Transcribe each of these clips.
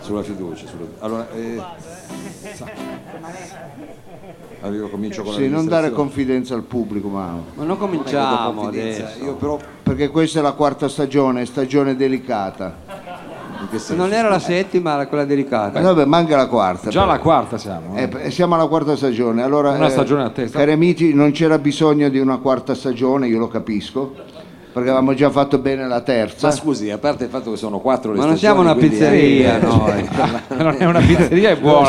sulla fiducia. sulla- Allora, eh, sa- Arrivo, comincio con Sì, non dare l'amministrazione. confidenza al pubblico, Mao. Ma non Ecco, cominciamo confidenza. adesso. Io però, Perché questa è la quarta stagione, è stagione delicata. in che Se senso? non era la settima, era quella delicata. Eh, Vabbè, manca la quarta. Eh. Già però. la quarta siamo. eh. Eh, beh, siamo alla quarta stagione, allora Una eh, stagione a testa. Cari amici, non c'era bisogno di una quarta stagione, io lo capisco, perché avevamo già fatto bene la terza. Ma scusi, a parte il fatto che sono quattro le Ma non siamo stagioni, una quindi- eh, cioè, pizzeria, Sì, noi. non è una pizzeria, è buona.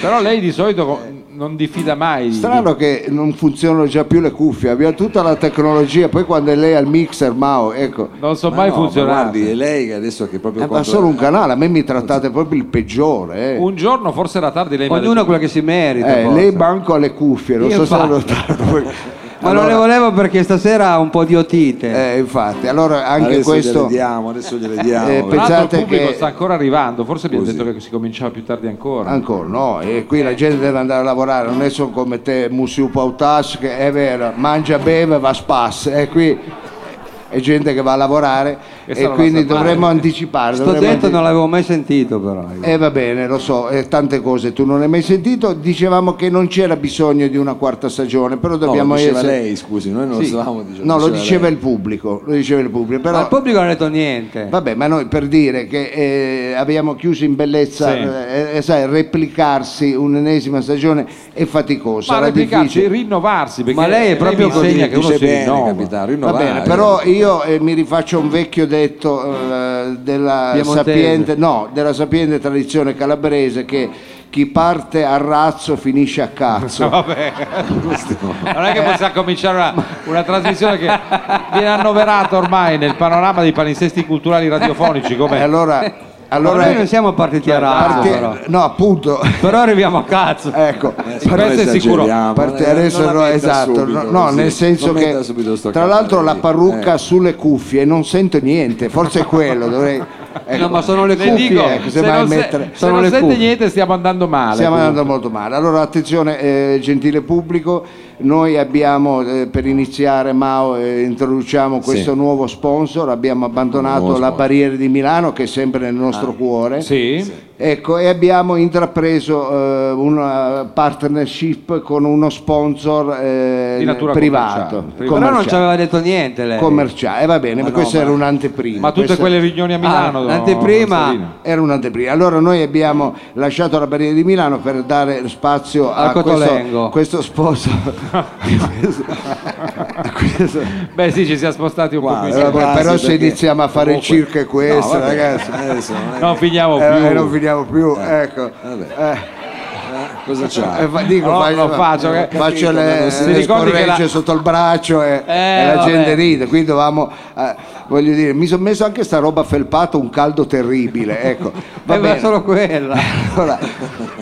Però lei di solito co- non diffida mai. Strano che non funzionano già più le cuffie, abbiamo tutta la tecnologia, poi quando è lei al mixer, Mao, ecco, Non so Ma mai no, ma funzionare. eh, Guardi, è lei che adesso che proprio eh, ma contro- solo un canale, a me mi trattate proprio il peggiore. eh. Un giorno forse era tardi lei mi ha Ognuno detto- ha quella che si merita. Eh, forse. lei manco alle cuffie, non Io so se lo infatti. Ma non le volevo perché stasera ha un po' di otite. Eh, infatti, allora anche adesso questo... gliele diamo, adesso gliele diamo. Eh, Tra l'altro pensate il pubblico che- sta ancora arrivando, forse abbiamo Scusi. detto che si cominciava più tardi ancora. Ancora no, e qui la gente deve andare a lavorare, non è solo come te, Musiu Pautas, che è vero, mangia, beve, va a spas, e qui è gente che va a lavorare Questa e non la quindi sapevo. dovremmo anticipare. Sto dovremmo detto anti- non l'avevo mai sentito però. io. Eh, va bene, lo so, eh, tante cose tu non hai mai sentito, dicevamo che non c'era bisogno di una quarta stagione, però No, lo dobbiamo diceva essere... lei, scusi, noi non lo Sì. stavamo dicendo. no, lo diceva lei. il pubblico, lo diceva il pubblico, però... Ma il pubblico non ha detto niente. Eh. Vabbè, ma noi per dire che eh, abbiamo chiuso in bellezza, Sì. eh, eh, sai, replicarsi un'ennesima stagione è faticosa, Ma era replicarci, difficile. rinnovarsi, perché Ma lei è proprio mi insegna così, che uno Dice si bene, rinnova. capitano, Va rinnovare. bene, però io eh, mi rifaccio un vecchio detto eh, della, Piemontese. sapiente, no, della sapiente tradizione calabrese che chi parte a razzo finisce a cazzo. Vabbè. Non è che possiamo cominciare una, una trasmissione che viene annoverata ormai nel panorama dei palinsesti culturali radiofonici E come allora, Ma allora Cioè, noi non siamo partiti a razzo parti- però. no, appunto, Però arriviamo a cazzo. ecco, Eh, questo è sicuro. Ah, Parte adesso no, esatto, no, no, nel senso che tra l'altro la Eh. parrucca sulle cuffie non sento niente, forse è quello, dovrei ecco, No, ma sono le Le cuffie. dico, ecco, se semmai non, se- mettere- se sono non le sente cuffie. niente stiamo andando male. stiamo andando molto male. Allora attenzione eh, gentile pubblico, noi abbiamo eh, per iniziare Mao eh, introduciamo questo nuovo sponsor, abbiamo abbandonato Nuovo la sponsor. Barriere di Milano che è sempre nel nostro cuore. Sì? Ecco, e abbiamo intrapreso eh, una partnership con uno sponsor eh, Di natura privato, commerciale. Però non ci commerciale. aveva detto niente lei. Commerciale, eh, va bene, ma no, questa ma- era un'anteprima. Ma tutte questa- quelle riunioni a Milano. Ah, no, l'anteprima- Marcellino? era un'anteprima. Allora noi abbiamo lasciato la barriera di Milano per dare spazio Al a questo, Cotolengo. questo sponsor. A questo- Beh sì, ci siamo spostati un po' Guarda, qui. Eh, sì, vabbè, quasi, però se perché iniziamo a fare il comunque- circo è questo, No, vabbè, Eh, ragazzi. adesso non è- Non finiamo più. Eh, non finiamo più, ecco. vabbè. Eh. Eh, cosa c'ha? Eh, fa- dico, No, fa- lo faccio, che- faccio capito, ma le, non si- le Ti ricordi che la- scorregge sotto il braccio e, Eh, e la vabbè. gente ride. Qui dovevamo, eh, voglio dire, mi sono messo anche sta roba felpata, un caldo terribile. Ecco, va Eh, Aveva bene. solo quella. Allora,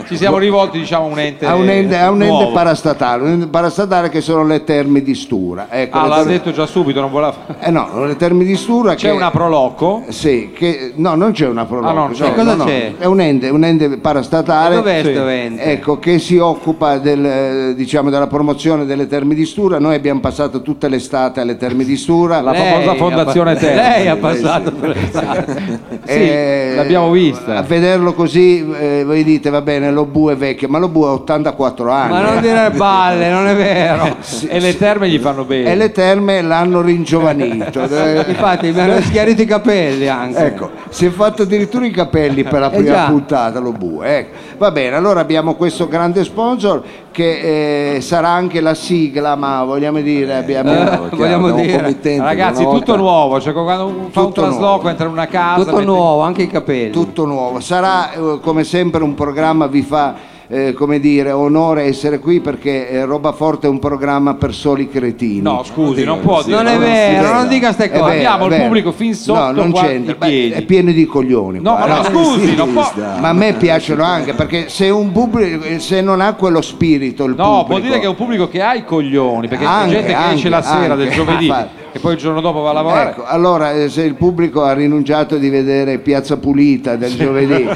Ci siamo rivolti diciamo a un ente a un ente, a un ente nuovo. parastatale, un ente parastatale che sono le terme di Stura. Ecco, Ah, le l'ha terme- detto già subito, non voleva... eh no, le terme di Stura C'è che- una Proloco. Sì, che no, non c'è una proroga. Ah, no, cioè, e cosa no, no, c'è? È un ente, un ente parastatale. E dov'è Sì. sto ente? Ecco, che si occupa del, eh, diciamo, della promozione delle terme di Stura. Noi abbiamo passato tutta l'estate alle terme di Stura. La Lei famosa ha Fondazione pa- Terra. Lei ha Lei passato sì. per l'estate. Eh, l'abbiamo A vista. vederlo così, eh, voi dite va bene, lo Bu è vecchio, ma lo Bu ha 84 anni. Ma non dire balle, non è vero. e le terme gli fanno bene. E le terme l'hanno ringiovanito. Eh, Infatti mi hanno schiarito i capelli anche. Ecco, si è fatto addirittura i capelli per la Eh prima già. puntata, lo bue. ecco. Va bene, allora abbiamo questo grande sponsor che eh, sarà anche la sigla, ma vogliamo dire, abbiamo... Eh, Chiaro, vogliamo abbiamo un dire- committente Ragazzi, una volta- tutto nuovo, cioè quando un- fa un Tutto nuovo. trasloco entra in una casa. Tutto mette- nuovo, anche i capelli. tutto nuovo. Sarà eh, come sempre un programma vi fa eh, come dire onore essere qui perché eh, Roba Forte è un programma per soli cretini. No, scusi, non può dire. non è non si vero, vede. non dica È queste vero, vero. cose. Abbiamo il è vero. pubblico fin sotto No, non qua- c'entra, i ma piedi. è pieno di coglioni. No, qua, ma no? no, scusi, non può. Sinistra. Ma a me piacciono anche perché se un pubblico eh, se non ha quello spirito il No, pubblico vuol dire che è un pubblico che ha i coglioni, perché Anche, c'è gente che anche, esce la sera anche. del giovedì Infatti. e poi il giorno dopo va a lavorare. Ecco, allora eh, se il pubblico ha rinunciato di vedere Piazza Pulita del giovedì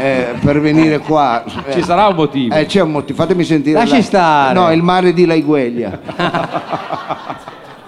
eh, per venire qua eh, Ci sarà un motivo. eh, c'è un motivo, fatemi sentire Lasci la- stare. No, il mare di Laigueglia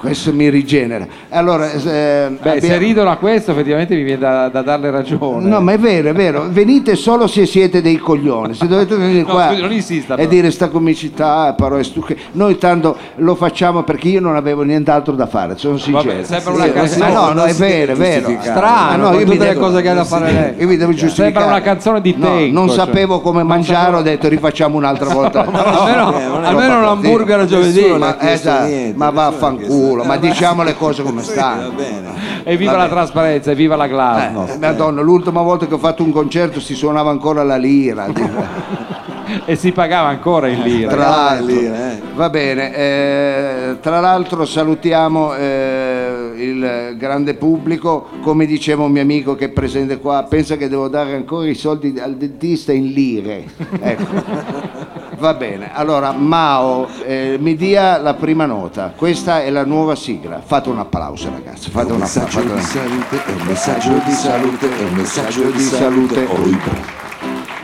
Questo mi rigenera. Allora, eh, Beh, se abbiamo- ridono a questo, effettivamente mi viene da, da darle ragione. No, ma è vero, è vero. Venite solo se siete dei coglioni. Se dovete venire No, qua scusi, non insista, e però. dire sta comicità, parole stucche. Noi tanto lo facciamo perché io non avevo nient'altro da fare, sono sincero. Vabbè, sembra una Sì, canzone. ma no, no, Non è si deve vero, è vero. giustificare. Ma Strano, no, con mi tutte le devo- cose che ha da fare lei. Io mi devo giustificare. Sembra una canzone di No, Tecco, Non cioè. sapevo come mangiare, ho detto rifacciamo un'altra volta. Almeno, eh, non è almeno un roba hamburger a cattiva. giovedì. Nessuno Ma, ha chiesto esatto, niente, ma nessuno ha vaffanculo, chiesto- ma Eh, va- diciamo le cose come Sì, stanno. Va bene. E viva la trasparenza, e viva la Eh, glasnost. Madonna, l'ultima volta che ho fatto un concerto si suonava ancora la lira. Eh. E si pagava ancora in lira. Tra l'altro, lira, eh. va bene. eh, tra l'altro, salutiamo eh, il grande pubblico. Come diceva un mio amico che è presente qua, pensa che devo dare ancora i soldi al dentista in lire. Ecco. Va bene, allora Mao, eh, mi dia la prima nota. Questa è la nuova sigla. Fate un applauso, ragazzi. Fate È un un applauso. messaggio fate un di applauso. salute, è un messaggio di salute, è un messaggio di salute, oibò.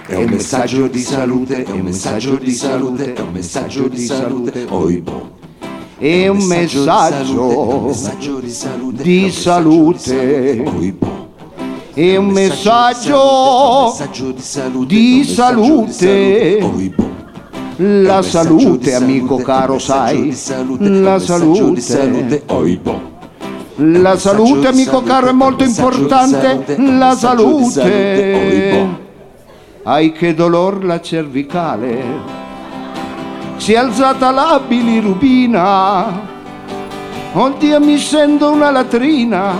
È un messaggio di salute, è un messaggio di salute, è un messaggio di salute, oibò. E un messaggio di salute. oibò. E un messaggio di salute, di è un messaggio di salute. salute, oibò. È un La messaggio di salute, amico salute, è un caro, messaggio sai. di salute, è un La messaggio di salute. salute, oibò. La messaggio di salute, amico salute, caro, è un molto messaggio di salute, è importante. un La messaggio di salute, salute. oibò. Ai che dolor la cervicale. Si è alzata la bilirubina. Oddio, mi sento una latrina.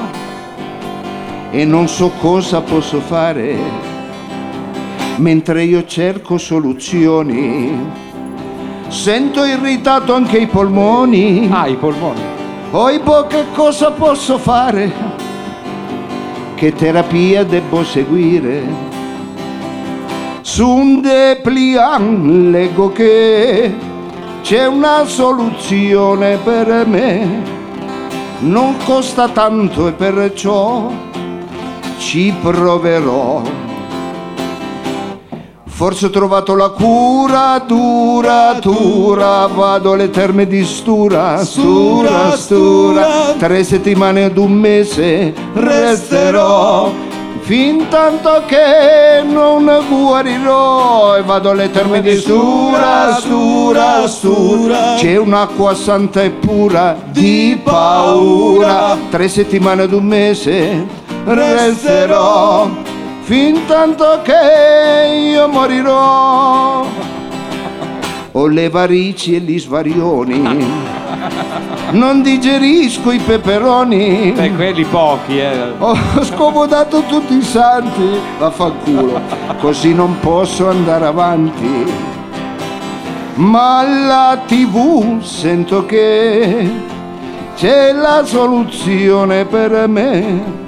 E non so cosa posso fare. Mentre io cerco soluzioni. Sento irritato anche i polmoni. Ah, i polmoni. Oibo, che cosa posso fare? Che terapia devo seguire? Su un depliant leggo che c'è una soluzione per me. Non costa tanto e perciò ci proverò. Forse ho trovato la cura dura, dura, vado alle terme di stura, stura, stura, tre settimane ad un mese resterò, fin tanto che non guarirò e vado alle terme di stura, stura, stura, c'è un'acqua santa e pura di paura, tre settimane ad un mese resterò fin tanto che io morirò. Ho le varici e gli svarioni, non digerisco i Beh, peperoni. quelli pochi, eh. Ho scomodato tutti i santi, vaffanculo, così non posso andare avanti. Ma alla tv sento che c'è la soluzione per me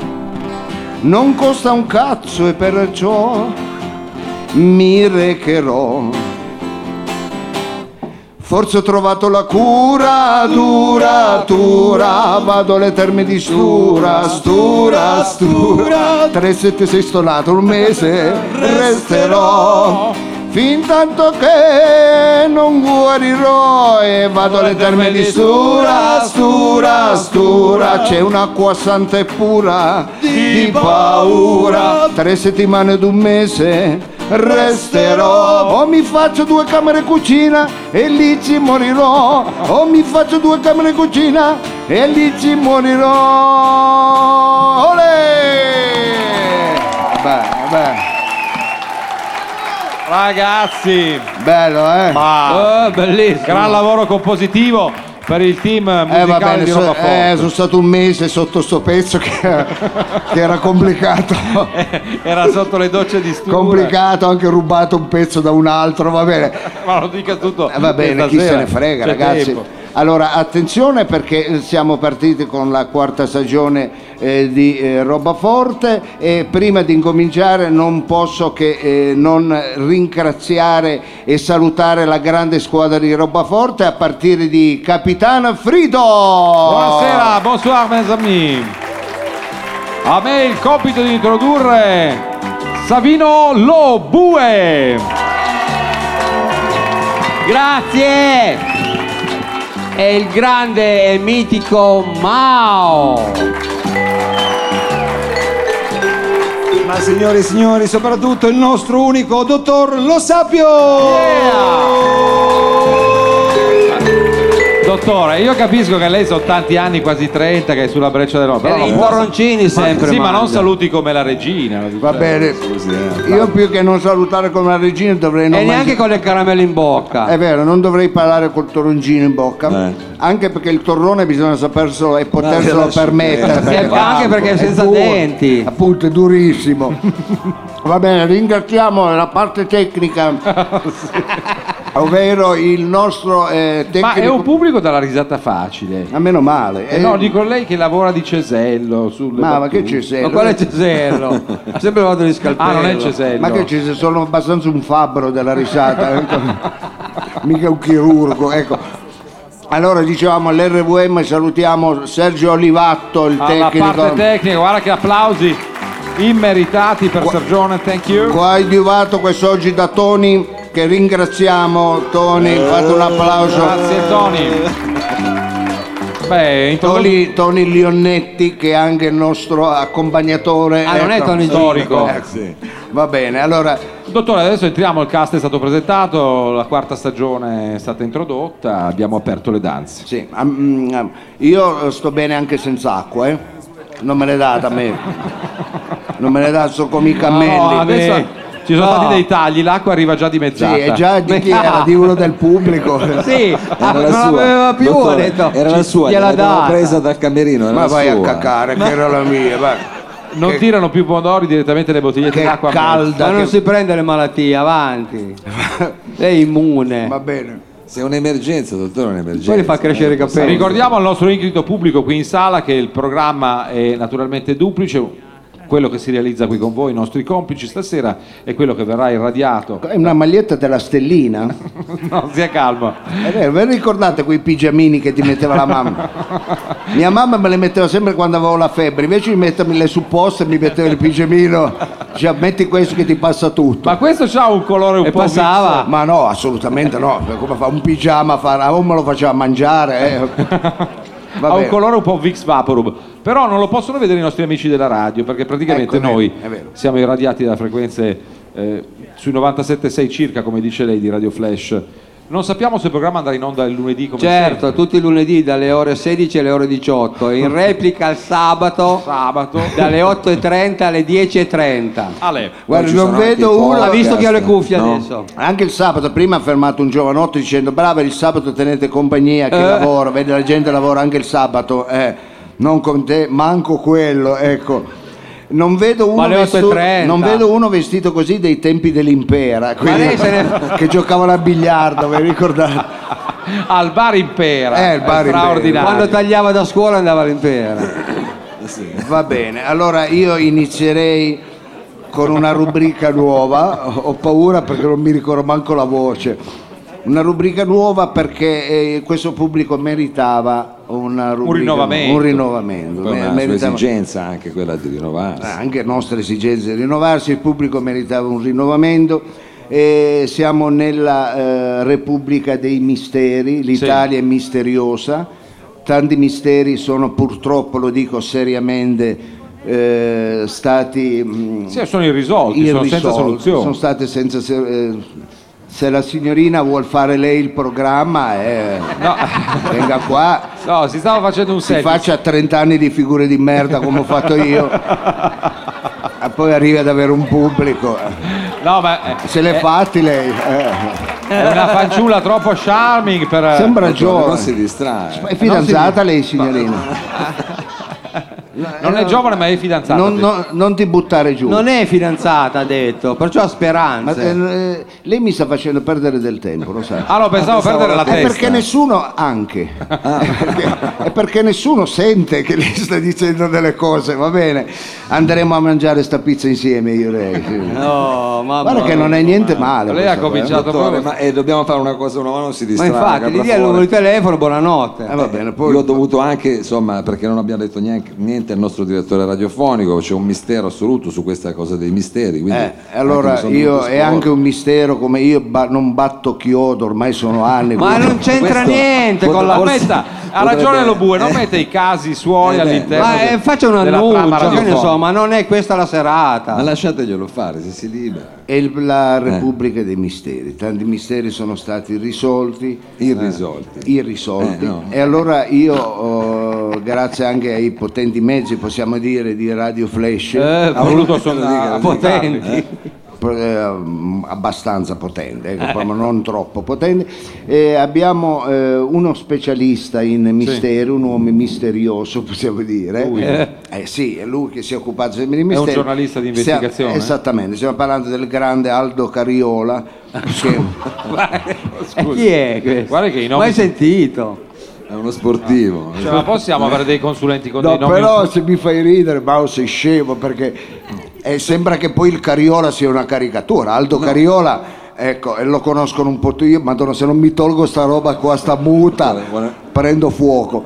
non costa un cazzo e perciò mi recherò. Forse ho trovato la cura dura, dura, vado alle terme di stura, stura, stura, 376 stonato un mese, resterò. Fin tanto che non guarirò e vado alle terme di stura, stura, stura, c'è un'acqua santa e pura di paura. Tre settimane ed un mese resterò. O mi faccio due camere e cucina e lì ci morirò. O mi faccio due camere e cucina e lì ci morirò. Olè! Beh, beh, Ragazzi, bello eh? ma Eh, bellissimo. gran lavoro compositivo per il team musicale Eh va bene, di so- Roma eh, sono stato un mese sotto sto pezzo che, che era complicato. Era sotto le docce di studio. complicato, ho anche rubato un pezzo da un altro, va bene. Ma lo dica tutto. Eh, va bene, questa chi se sera. ne frega, C'è ragazzi. tempo. Allora, attenzione perché siamo partiti con la quarta stagione eh, di eh, Roba Forte e prima di incominciare non posso che eh, non ringraziare e salutare la grande squadra di Roba Forte a partire di Capitan Frido. Buonasera, bonsoir mes amis. A me il compito di introdurre Savino Lobue. Grazie. è il grande e mitico Mao. Ma signore e signori, soprattutto il nostro unico dottor Lo Sapio! Dottore, io capisco che lei sono tanti anni, quasi 30, che è sulla breccia dell'uomo. Però I non può- borroncini sempre. Sì, ma non mangia. saluti come la regina. Va bene, scusi, eh. io più che non salutare come la regina dovrei non E neanche mangiare- con le caramelle in bocca. È vero, non dovrei parlare col toroncino in bocca, Eh. anche perché il torrone bisogna saperselo e No, poterselo lasci permettere. perdere. perché Eh, va- anche perché è senza duro, denti. Appunto, è durissimo. Va bene, ringraziamo la parte tecnica, ovvero il nostro eh, tecnico. Ma è un pubblico dalla risata facile. A meno male. Eh, eh, no, dico lei che lavora di cesello. Sulle ma, ma battute. che ci sei? Ma quale cesello? sempre vado di scalpello. Ah, non è cesello. Ma che ci sei? Sono abbastanza un fabbro della risata, ecco. mica un chirurgo, ecco. Allora dicevamo all'RVM salutiamo Sergio Olivatto, il Alla parte tecnico. tecnica, guarda che applausi immeritati per Sergione, thank you. Qua è divato quest'oggi da Tony, che ringraziamo Tony, fate un applauso. Grazie Tony. Beh, introdu- Tony, Tony Lionnetti che è anche il nostro accompagnatore. Ah, non è Ecco. Tony Gino. storico. Va bene, allora Dottore, adesso entriamo, il cast è stato presentato, la quarta stagione è stata introdotta, abbiamo aperto le danze. Sì, ah, mm, ah, io sto bene anche senza acqua, eh. Non me ne date a me. Non me ne date so come i cammelli. No, adesso Eh, ci sono No. stati dei tagli, l'acqua arriva già sì, dimezzata. è già di chi era? Di uno del pubblico. Sì, ah, non la sua. l'aveva più, ho Dottore, detto. Era la ci- sua, Gliela l'abbiamo data. presa dal camerino. era Ma la vai a sua. cacare, che era la mia, vai. Non che- tirano più pomodori direttamente le bottigliette Che d'acqua. a me. calda. Ma non che- si prende le malattie, avanti. Lei è immune. Va bene. Se è un'emergenza, dottore, è un'emergenza. Poi le fa crescere i capelli. Ricordiamo al nostro incrito pubblico qui in sala che il programma è naturalmente duplice. Quello che si realizza qui con voi, i nostri complici stasera, e quello che verrà irradiato. È una maglietta della stellina. No, sia calmo. È vero, Eh ve ricordate quei pigiamini che ti metteva la mamma? Mia mamma me le metteva sempre quando avevo la febbre, invece di mettermi le supposte mi metteva il pigiamino, cioè metti questo che ti passa tutto. Ma questo ha un colore un E po' passava. mixto. Ma no, assolutamente no. Come fa un pigiama? Fa, o me lo faceva mangiare. eh. ha Vabbè. un colore un po' Vix Vaporub, però non lo possono vedere i nostri amici della radio perché praticamente Ecco, è noi vero, è vero. siamo irradiati da frequenze eh, sui 97.6 circa, come dice lei, di Radio Flash. Non sappiamo se il programma andrà in onda il lunedì come Certo, sempre. tutti i lunedì dalle ore 16 alle ore 18, in replica il sabato sabato. dalle 8.30 alle 10.30. Ale, Guarda, Ci non sono anche i vedo uno. Ha visto chi ha le cuffie No. adesso? Eh, Anche il sabato, prima ha fermato un giovanotto dicendo brava il sabato tenete compagnia che Eh. lavora, vedi la gente lavora anche il sabato, eh. non con te, manco quello, ecco. Non vedo, Ma uno alle 8.30. non vedo uno vestito così dei tempi dell'impera, quindi- lei se ne- che giocavano a biliardo, vi ricordate? al bar impera, Eh, il bar in pera. straordinario. Quando tagliava da scuola andava all'impera. Va bene, allora io inizierei con una rubrica nuova, ho ho paura perché non mi ricordo manco la voce, una rubrica nuova perché eh, questo pubblico meritava una rubrica- rinnovamento. un rinnovamento, Poi me- una sua meritava- esigenza anche quella di rinnovarsi. Ah, anche nostre esigenze di rinnovarsi, il pubblico meritava un rinnovamento. E siamo nella eh, Repubblica dei Misteri, l'Italia è misteriosa, tanti misteri sono purtroppo, lo dico seriamente, eh, stati mm, Sì, sono irrisolti, sono senza irrisolti, soluzione. sono state senza se- eh, se la signorina vuol fare lei il programma, eh, No. venga qua No, si stava facendo un si selfie. faccia 30 anni di figure di merda come ho fatto io e poi arrivi ad avere un pubblico No, ma eh, se l'è fatti lei eh. è una fanciulla troppo charming per eh, sembra Dottore, Non si giovane distrae. è fidanzata lei signorina Non è giovane, ma è fidanzata. non, non- non ti buttare giù Non è fidanzata, ha detto, perciò ha Ma, speranze. eh, lei mi sta facendo perdere del tempo lo sai Ah, no, pensavo, Pensavo perdere la la è testa. perché nessuno anche è, perché, è perché nessuno sente che lei sta dicendo delle cose va bene andremo a mangiare sta pizza insieme io e lei sì. No, Ah, mamma Guarda che mia. non è niente male. Lei ha questa qua, eh. cominciato Dottore, proprio. ma eh, dobbiamo fare una cosa nuova, non si Ma distrae. infatti, gli capra dia il fuori. numero di telefono, buonanotte. Eh, va bene, Io poi ho dovuto anche, insomma, perché non abbiamo detto neanche- niente, naturalmente il nostro direttore radiofonico, c'è un mistero assoluto su questa cosa dei misteri. quindi Eh, anche mi allora sono io dovuto è anche sporco. un mistero come io ba- non batto chiodo ormai sono anni Ma quindi- non c'entra Questo- niente con la Forse- Aspetta, ha ragione lo bue, non mette i casi suoi Eh, beh, all'interno. Ma eh, del- faccia un della trama annuncio, che ne radiofonica. so, ma non è questa la Ma serata. lasciateglielo fare, se si libera. è il- Eh. la Repubblica dei Misteri tanti misteri sono stati risolti Eh. Irrisolti. irrisolti Eh, no. e allora io oh, grazie anche ai potenti mezzi possiamo dire di Radio Flash Eh, ha voluto dica, sono lo dica. potenti. pro- ehm, abbastanza potente, ecco, proprio non troppo potente. E abbiamo eh, uno specialista in mistero, un uomo misterioso, possiamo dire. Eh, sì, è lui che si è occupato sempre di mistero. giornalista di Stia- investigazione. eh? esattamente, stiamo parlando del grande Aldo Cariola. Ah, che- Eh, chi è questo? Guarda che i nomi Mai sono- sentito? È uno sportivo. Cioè, ma possiamo avere dei consulenti con No, dei nomi? però se mi fai ridere, Mao sei scemo perché eh, sembra che poi il Cariola sia una caricatura. Aldo Cariola, ecco, e lo conoscono un po' tutti. Io, madonna, se non mi tolgo sta roba qua, sta muta, Guarda, guarda. prendo fuoco.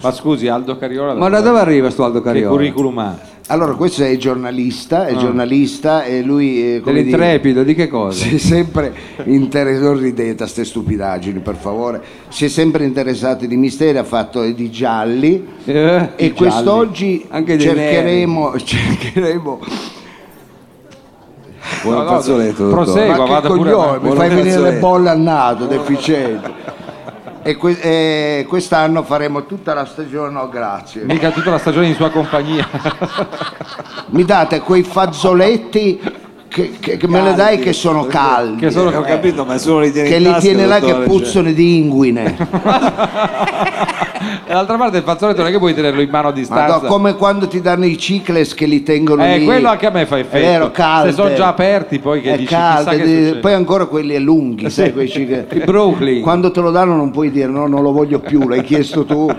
Ma scusi, Aldo Cariola. Ma da dove arriva sto Aldo Che Cariola? curriculum ha? Allora, questo è giornalista, è giornalista e lui... eh, come dire- Dell'intrepido, di che cosa? Si è sempre interessato, non ridete a ste stupidaggini per favore, si è sempre interessato di misteri, ha fatto eh, di gialli Eh, e i quest'oggi gialli. Anche dei cercheremo, cercheremo Vuole No, un no, fazzoletto, dottore? prosegua. Ma che vada pure coglione, avanti. mi Buona fai venire canzone. le bolle al naso, deficiente. E, que- e quest'anno faremo tutta la stagione, no grazie. Mica tutta la stagione in sua compagnia. Mi date quei fazzoletti che, che- che me le dai che sono caldi, Che sono- Eh, Ho capito, ma solo li tiene che in li tasca, tiene là che dottore, cioè. puzzano di inguine. E D'altra parte il fazzoletto non è che puoi tenerlo in mano a distanza. Madò, come quando ti danno i cicles che li tengono Eh, lì. quello anche a me fa effetto. È vero, calde. Se sono già aperti, poi che È dici, calde, chissà che di- succede. poi ancora quelli lunghi, sai, quei cicles. I Brooklyn. Quando te lo danno non puoi dire no, non lo voglio più, l'hai chiesto tu.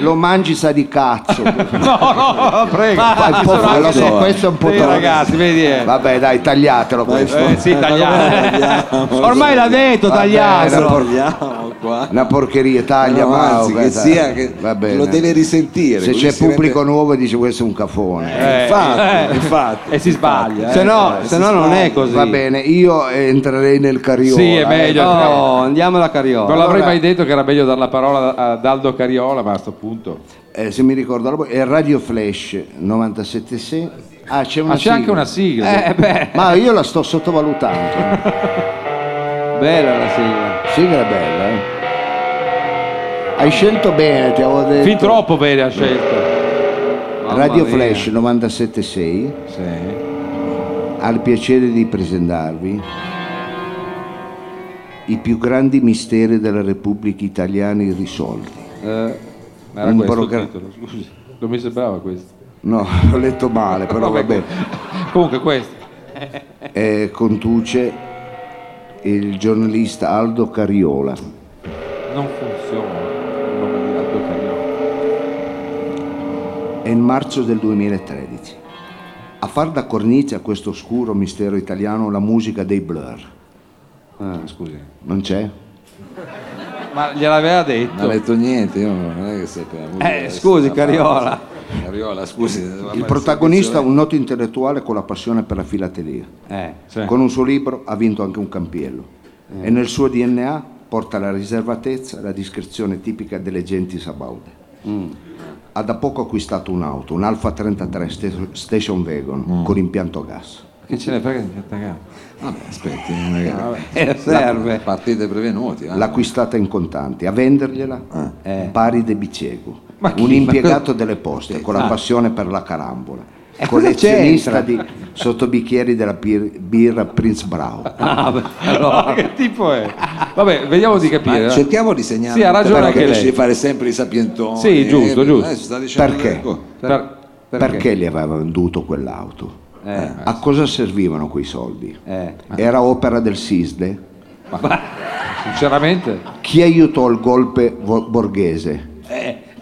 Lo mangi sa di cazzo. No, no, prego. Ah, Poi, Ci po- sono lo anche so, dei- questo è un po' dei troppo. ragazzi, vedi. eh. Vabbè, dai, tagliatelo questo. Eh, sì, tagliamo. Ormai l'ha detto, Vabbè, tagliato. era- Portiamo qua. Una porcheria, taglia, No, Mao, anzi, che guarda. sia che Va bene. lo deve risentire. Se così c'è si rende- pubblico nuovo dice questo è un cafone. Eh, infatti, eh. infatti. E si sbaglia. eh. se no, se no non è così. Va bene, io entrerei nel eh. carriola. Sì, è meglio. No, andiamo alla Non Cariola. l'avrei Allora- mai detto che era meglio dar la parola ad Aldo Cariola, ma a sto punto. Eh, se mi ricordo, la- è Radio Flash 976. Ah, c'è una Ma c'è sigla. anche una sigla. Eh, beh, Ma io la sto sottovalutando. bella la sigla. Sigla è bella, eh. Hai scelto bene, ti avevo detto. Fin troppo bene ha scelto. Mamma Radio mia. Flash 976 ha il piacere di presentarvi i più grandi misteri della Repubblica Italiana irrisolti. Eh, ma era Un questo il programma. titolo, scusi. Non mi sembrava questo. No, ho letto male, però va Vabbè, bene. Comunque questo. Eh, conduce il giornalista Aldo Cariola. Non funziona. il nome di Aldo Cariola. È il marzo del 2013. A far da cornice a questo oscuro mistero italiano la musica dei Blur. Ah, Scusi. Non c'è? Ma gliel'aveva Non ha detto. detto niente, io non è che sapevo. Eh, scusi, Cariola. Cariola, scusi. Il protagonista, un noto intellettuale con la passione per la filatelia. Eh. Sì. Eh. Con un suo libro ha vinto anche un campiello. E nel suo DNA porta la riservatezza e la discrezione tipica delle genti sabaude. Mm. Ha da poco acquistato un'auto, un Alfa 33 sta- Station Wagon Mm. con impianto a gas. Che ce ne frega di attaccare? Vabbè, aspetti, magari. Eh, serve. Partite prevenuti. L'ha acquistata in contanti, a vendergliela eh, pari De Bicego, Ma chi? un Ma impiegato delle poste con la passione per la carambola, cosa collezionista di sottobicchieri della bir- birra Prince Brau. Ah, beh, Ma allora. che tipo è? Vabbè, vediamo di capire. Ah, cerchiamo di segnare. eh. Sì, ha ragione però anche capisci lei. di fare sempre i sapientoni. Sì, giusto, eh, giusto. eh, si sta dicendo ecco, Perché? delle cose. Per- Perché? gli aveva venduto quell'auto? Eh. Eh. A cosa servivano quei soldi? Eh. Era opera del SISDE? Sinceramente, Chi aiutò il golpe vo- borghese?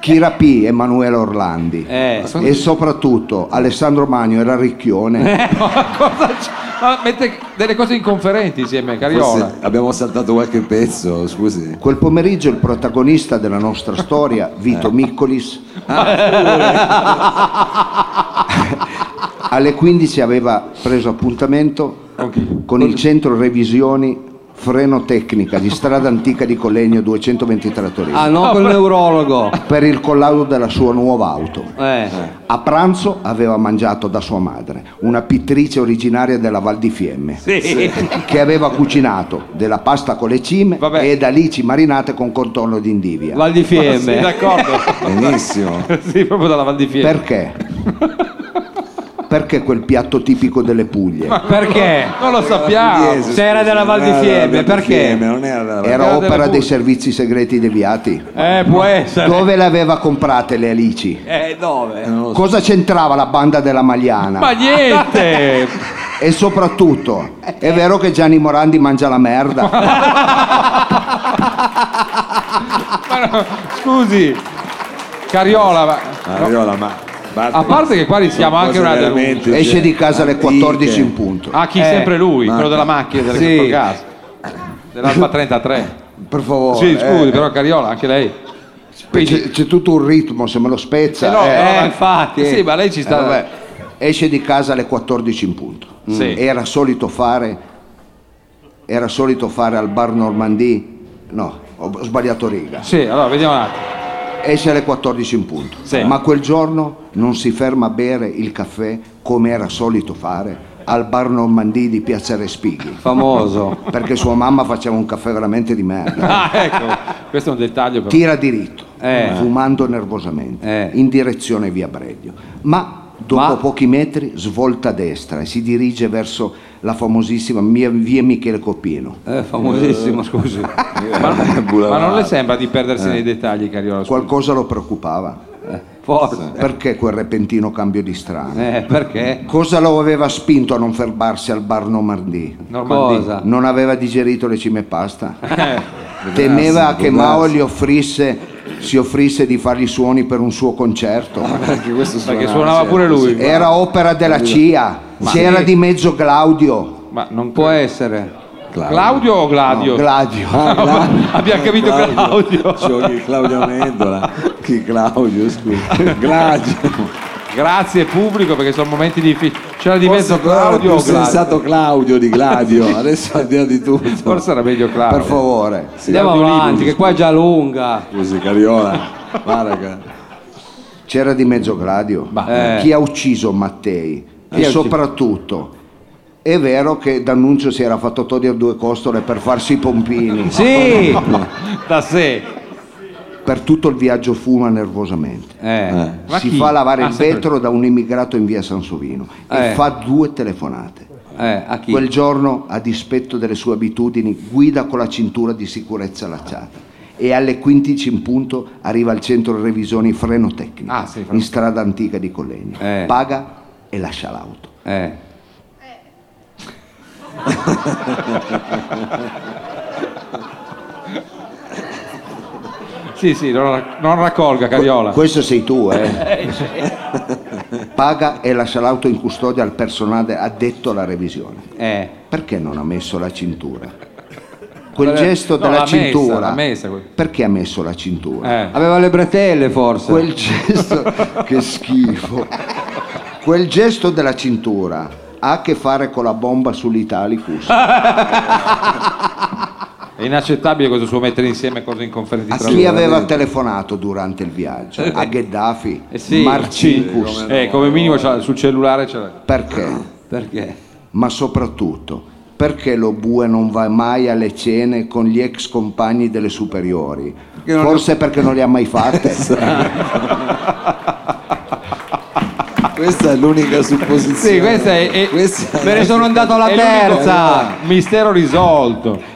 Kira P, Emanuele Orlandi Eh, e soprattutto Alessandro Magno era ricchione. cosa c'è? Ma mette delle cose inconferenti insieme, Cariola. Forse abbiamo saltato qualche pezzo, scusi. Quel pomeriggio il protagonista della nostra storia, Vito Miccolis, alle 15 aveva preso appuntamento con il centro revisioni freno tecnica di strada antica di Collegno 223 Torino Ah, no, col neurologo. per il collaudo della sua nuova auto. Eh. A pranzo aveva mangiato da sua madre, una pittrice originaria della Val di Fiemme, che aveva cucinato della pasta con le cime Vabbè. e da lì ci marinate con contorno di indivia. Val di Sì, Fiemme. d'accordo. Benissimo. sì, proprio dalla Val di Fiera. Perché? Perché quel piatto tipico delle Puglie Perché? Non lo sappiamo. Pugliese, C'era scusi, della Val non di era della Fiemme, Eh, Val di perché? Fiemme, non era della Val- era delle opera Puglie. dei servizi segreti deviati. Eh, può essere. Dove le aveva comprate le alici? Eh, dove? Cosa c'entrava la banda della Ma Magliana? niente. E soprattutto, è vero che Gianni Morandi mangia la merda? Ma no, Scusi. Cariola, ma- Cariola, ma a parte che qua rischiamo anche una denuncia. veramente Esce cioè, di casa alle 14 in antiche. punto. Ah, chi Eh, sempre lui, ma- quello della macchina, della Sì. Petrocasa, dell'Alfa 33. Per favore. Sì, scusi, eh. però Cariola, anche lei. C'è, c'è tutto un ritmo, se me lo spezza. Eh no, eh. eh, infatti. Sì, ma lei ci Eh, sta. vabbè. Esce di casa alle 14 in punto. Mm. Sì. Era solito fare era solito fare al bar Normandie. No, ho sbagliato riga. Sì, allora vediamo un attimo. Esce alle 14 in punto. Sì. Ma quel giorno non si ferma a bere il caffè come era solito fare al bar Normandie di Piazza Respighi. Famoso. Perché sua mamma faceva un caffè veramente di merda. Ah, ecco, questo è un dettaglio però. tira diritto, Eh. fumando nervosamente, Eh. in direzione via Bredio. Ma dopo Ma- pochi metri svolta a destra e si dirige verso la famosissima mia- via Michele Copino. Eh, famosissimo, scusi. Eh, Eh. Ma, ma non le Boulevard. sembra di perdersi nei dettagli, Cariola? scusi? Qualcosa lo preoccupava. Forse. Perché quel repentino cambio di strada? Eh, perché? Cosa lo aveva spinto a non fermarsi al bar Normandì? Normandì. Cosa? Non aveva digerito le cime e pasta? Eh, Temeva darsi, che può Mao darsi. gli offrisse si offrisse di fargli suoni per un suo concerto. Perché, questo Perché suonava, suonava certo, pure lui. Era opera della CIA, c'era di mezzo Claudio. Ma non Può può essere. essere. Claudio o Gladio? Gladio. Ah. Abbiamo capito Claudio. Giochi Claudio Mendola. Chi Claudio, scusa. Gladio. Grazie pubblico perché sono momenti difficili. C'era di mezzo Forse però era Claudio o più Gladio? sensato Claudio di Gladio. Adesso al di là di tutto. Forse era meglio Claudio. Per favore. Andiamo avanti, che qua è già lunga. Scusi, Cariola. Guarda che- C'era di mezzo Gladio. Ma- eh. Chi ha ucciso Mattei? ha E ucciso? soprattutto è vero che D'Annunzio si era fatto togliere due costole per farsi i pompini. Sì! Da sé. Per tutto il viaggio fuma nervosamente. Eh. Ma si chi? fa lavare Ah, il sempre- vetro da un immigrato in via Sansovino e Eh. fa due telefonate. Eh, a chi? Quel giorno, a dispetto delle sue abitudini, guida con la cintura di sicurezza allacciata e alle 15 in punto arriva al centro revisioni freno tecnico Ah, sì, freno. in strada antica di Collegno. Eh. Paga e lascia l'auto. Eh. Sì, sì, non, rac- non raccolga Cariola. Questo sei tu, eh? Paga e lascia l'auto in custodia al personale addetto alla revisione. Eh. Perché non ha messo la cintura? Quel Quella- gesto no, della l'ha messa, cintura. l'ha messa quel- perché ha messo la cintura? Eh. Aveva le bretelle forse. quel Certo. gesto che schifo quel gesto della cintura ha a che fare con la bomba sull'Italicus È inaccettabile questo suo mettere insieme cose inconferenti a tra chi loro. aveva telefonato durante il viaggio a Gheddafi Eh sì. Marcinkus Eh, come minimo c'ha- sul cellulare c'era. perché Perché? ma soprattutto perché lo bue non va mai alle cene con gli ex compagni delle superiori non Esatto. forse perché non le ha mai fatte Questa è l'unica supposizione. Sì, questa è. è- Questa è- me ne sono andato alla È terza. l'unico Mistero risolto.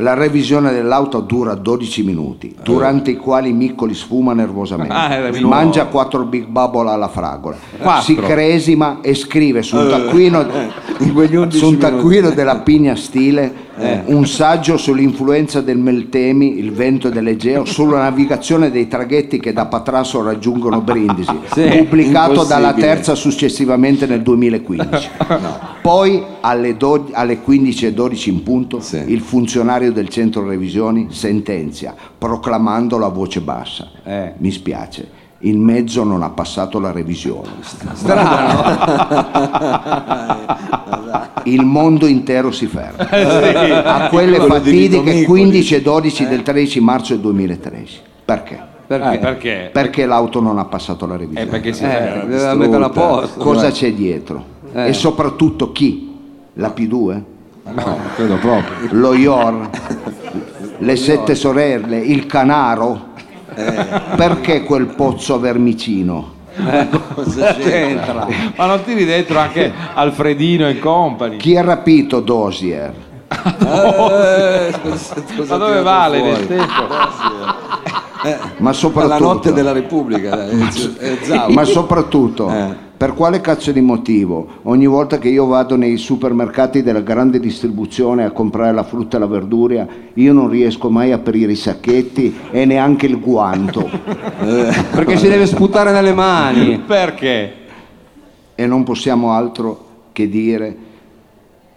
La revisione dell'auto dura 12 minuti, Eh. durante i quali Miccoli sfuma nervosamente, Ah, era minuto. mangia 4 Big Bubble alla fragola, Quattro. si cresima e scrive su un taccuino, Eh. in quegli 11 su un minuti. Eh. taccuino della pigna stile un saggio sull'influenza del Meltemi, il vento dell'Egeo, sulla navigazione dei traghetti che da Patrasso raggiungono Brindisi, Sì, pubblicato dalla impossibile. terza successivamente nel 2015. Poi alle, do- alle 15.12 in punto Sì. il funzionario del centro revisioni sentenzia, proclamandolo a voce bassa. Eh. Mi spiace. Il mezzo non ha passato la revisione. Strano. il mondo intero si ferma a quelle Quello di fatidiche Vito Micoli. 15 e 12 del 13 marzo del 2013 perché? Perché? Eh, perché? perché l'auto non ha passato la revisione Eh, perché si Eh, ferma. doveva metterla a posto. cosa c'è dietro? Eh. e soprattutto chi? la P2? No, credo proprio. lo IOR? le sette sorelle? il Canaro? Eh. perché quel pozzo vermicino? Cosa c'entra? Ma non tiri dentro anche Alfredino e compagni. chi ha rapito Dosier? Eh, cosa- Ma cosa ha dove tirato vale fuori? nel tempo? ma La soprattutto notte della Repubblica. eh, eh, Zau. ma soprattutto Eh. per quale cazzo di motivo ogni volta che io vado nei supermercati della grande distribuzione a comprare la frutta e la verdura io non riesco mai a aprire i sacchetti e neanche il guanto Perché si deve sputare nelle mani. Perché? e non possiamo altro che dire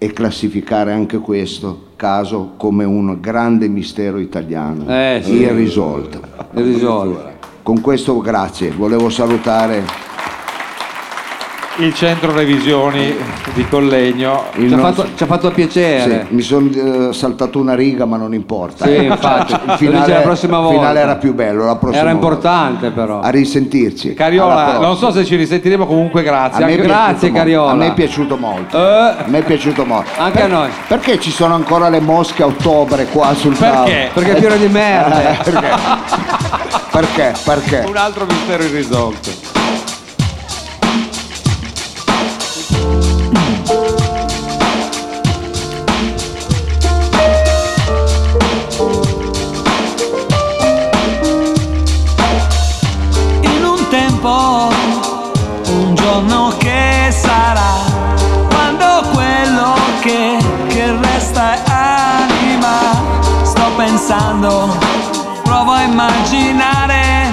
e classificare anche questo caso come un grande mistero italiano Eh, sì. irrisolto Il risolto. con questo grazie volevo salutare Il centro revisioni di Collegno. il Ci ha, nostro- fatto, ci ha fatto Sì, piacere. mi sono saltato una riga, ma non importa. Sì, infatti. Lo il dice finale, la prossima volta. finale era più bello. La prossima Era volta. importante però. A risentirci. Alla Cariola, prossima. non so se ci risentiremo, comunque grazie. A me è Anche- piaciuto grazie, molto. Cariola. A me è piaciuto molto. Eh, A me è piaciuto molto. anche a noi. Perché ci sono ancora le mosche a ottobre qua sul Perché? Perché è pieno di merda. tavolo? Perché? Perché? Perché? Un altro mistero irrisolto. in un tempo, un giorno che sarà, quando quello che, che resta è anima, sto pensando, provo a immaginare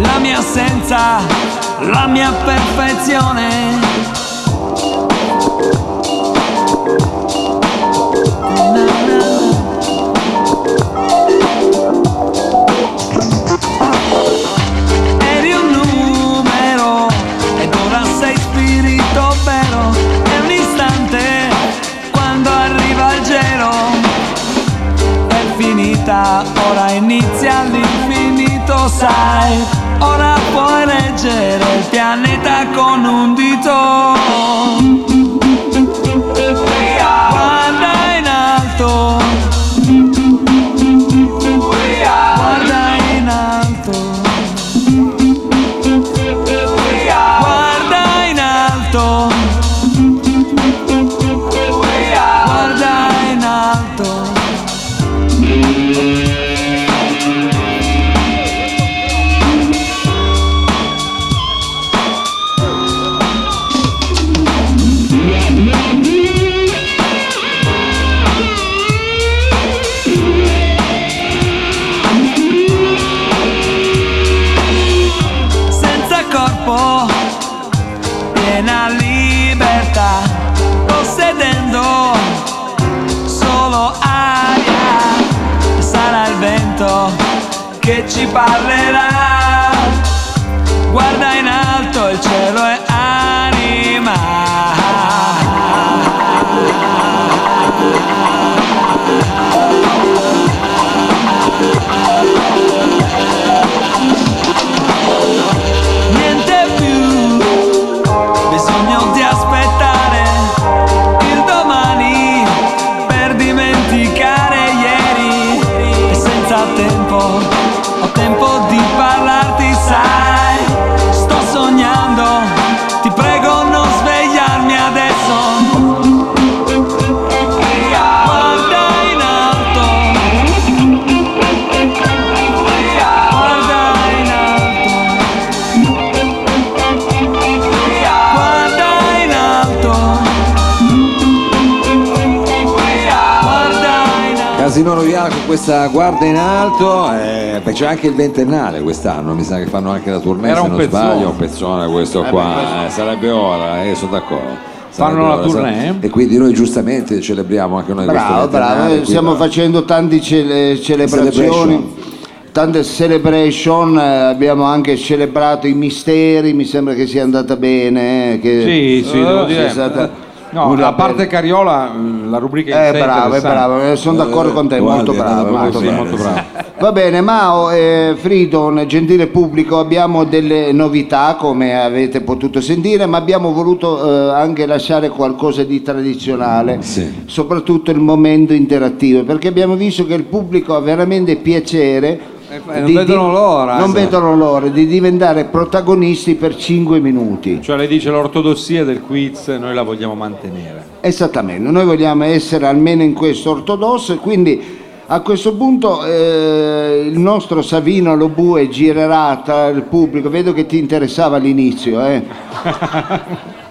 la mia assenza, la mia perfezione. eri un numero ed ora sei spirito vero è un istante quando arriva il gelo è finita ora inizia l'infinito sai ora puoi leggere il pianeta con un dito guarda in alto guarda in alto Guarda in alto. Guarda in alto. senza corpo, piena libertà, possedendo solo aria, sarà il vento che ci parlerà. Guarda in alto, il cielo è anima. niente più bisogno di aspettare il domani per dimenticare ieri e senza tempo ho tempo di parlarti sai sto sognando ti prego non svegliarmi adesso Guarda Asino Roviano con questa guarda in alto, eh, beh, c'è anche il ventennale quest'anno, mi sa che fanno anche la tournée, Era se un non pezzone. sbaglio, un pezzone questo qua, eh, sarebbe ora, eh, sono d'accordo. Sarebbe Fanno la ora, tournée? sarebbe- E quindi noi giustamente celebriamo anche noi Bravo, questo bravo, ventennale. eh, qui, stiamo bravo. facendo tante cele- celebrazioni, tante celebration, eh, abbiamo anche celebrato i misteri, mi sembra che sia andata bene. eh, Che Sì, sì, eh, devo sia dire. stata No, una la parte bella- Cariola, mh, la rubrica in Eh, sé bravo, è interessante. bravo, eh, sono d'accordo con te, Guardi, molto è andato bravo, proprio molto così, bravo. molto sì. bravo. Va bene, Mao, eh, Fridon, gentile pubblico, abbiamo delle novità come avete potuto sentire, ma abbiamo voluto eh, anche lasciare qualcosa di tradizionale, Sì. soprattutto il momento interattivo, perché abbiamo visto che il pubblico ha veramente piacere. Eh, non vedono l'ora, eh. non sì. vedono l'ora di diventare protagonisti per 5 minuti. Cioè lei dice l'ortodossia del quiz, noi la vogliamo mantenere. Esattamente, noi vogliamo essere almeno in questo ortodosso e quindi a questo punto eh, il nostro Savino Lobue girerà tra il pubblico, vedo che ti interessava all'inizio. eh.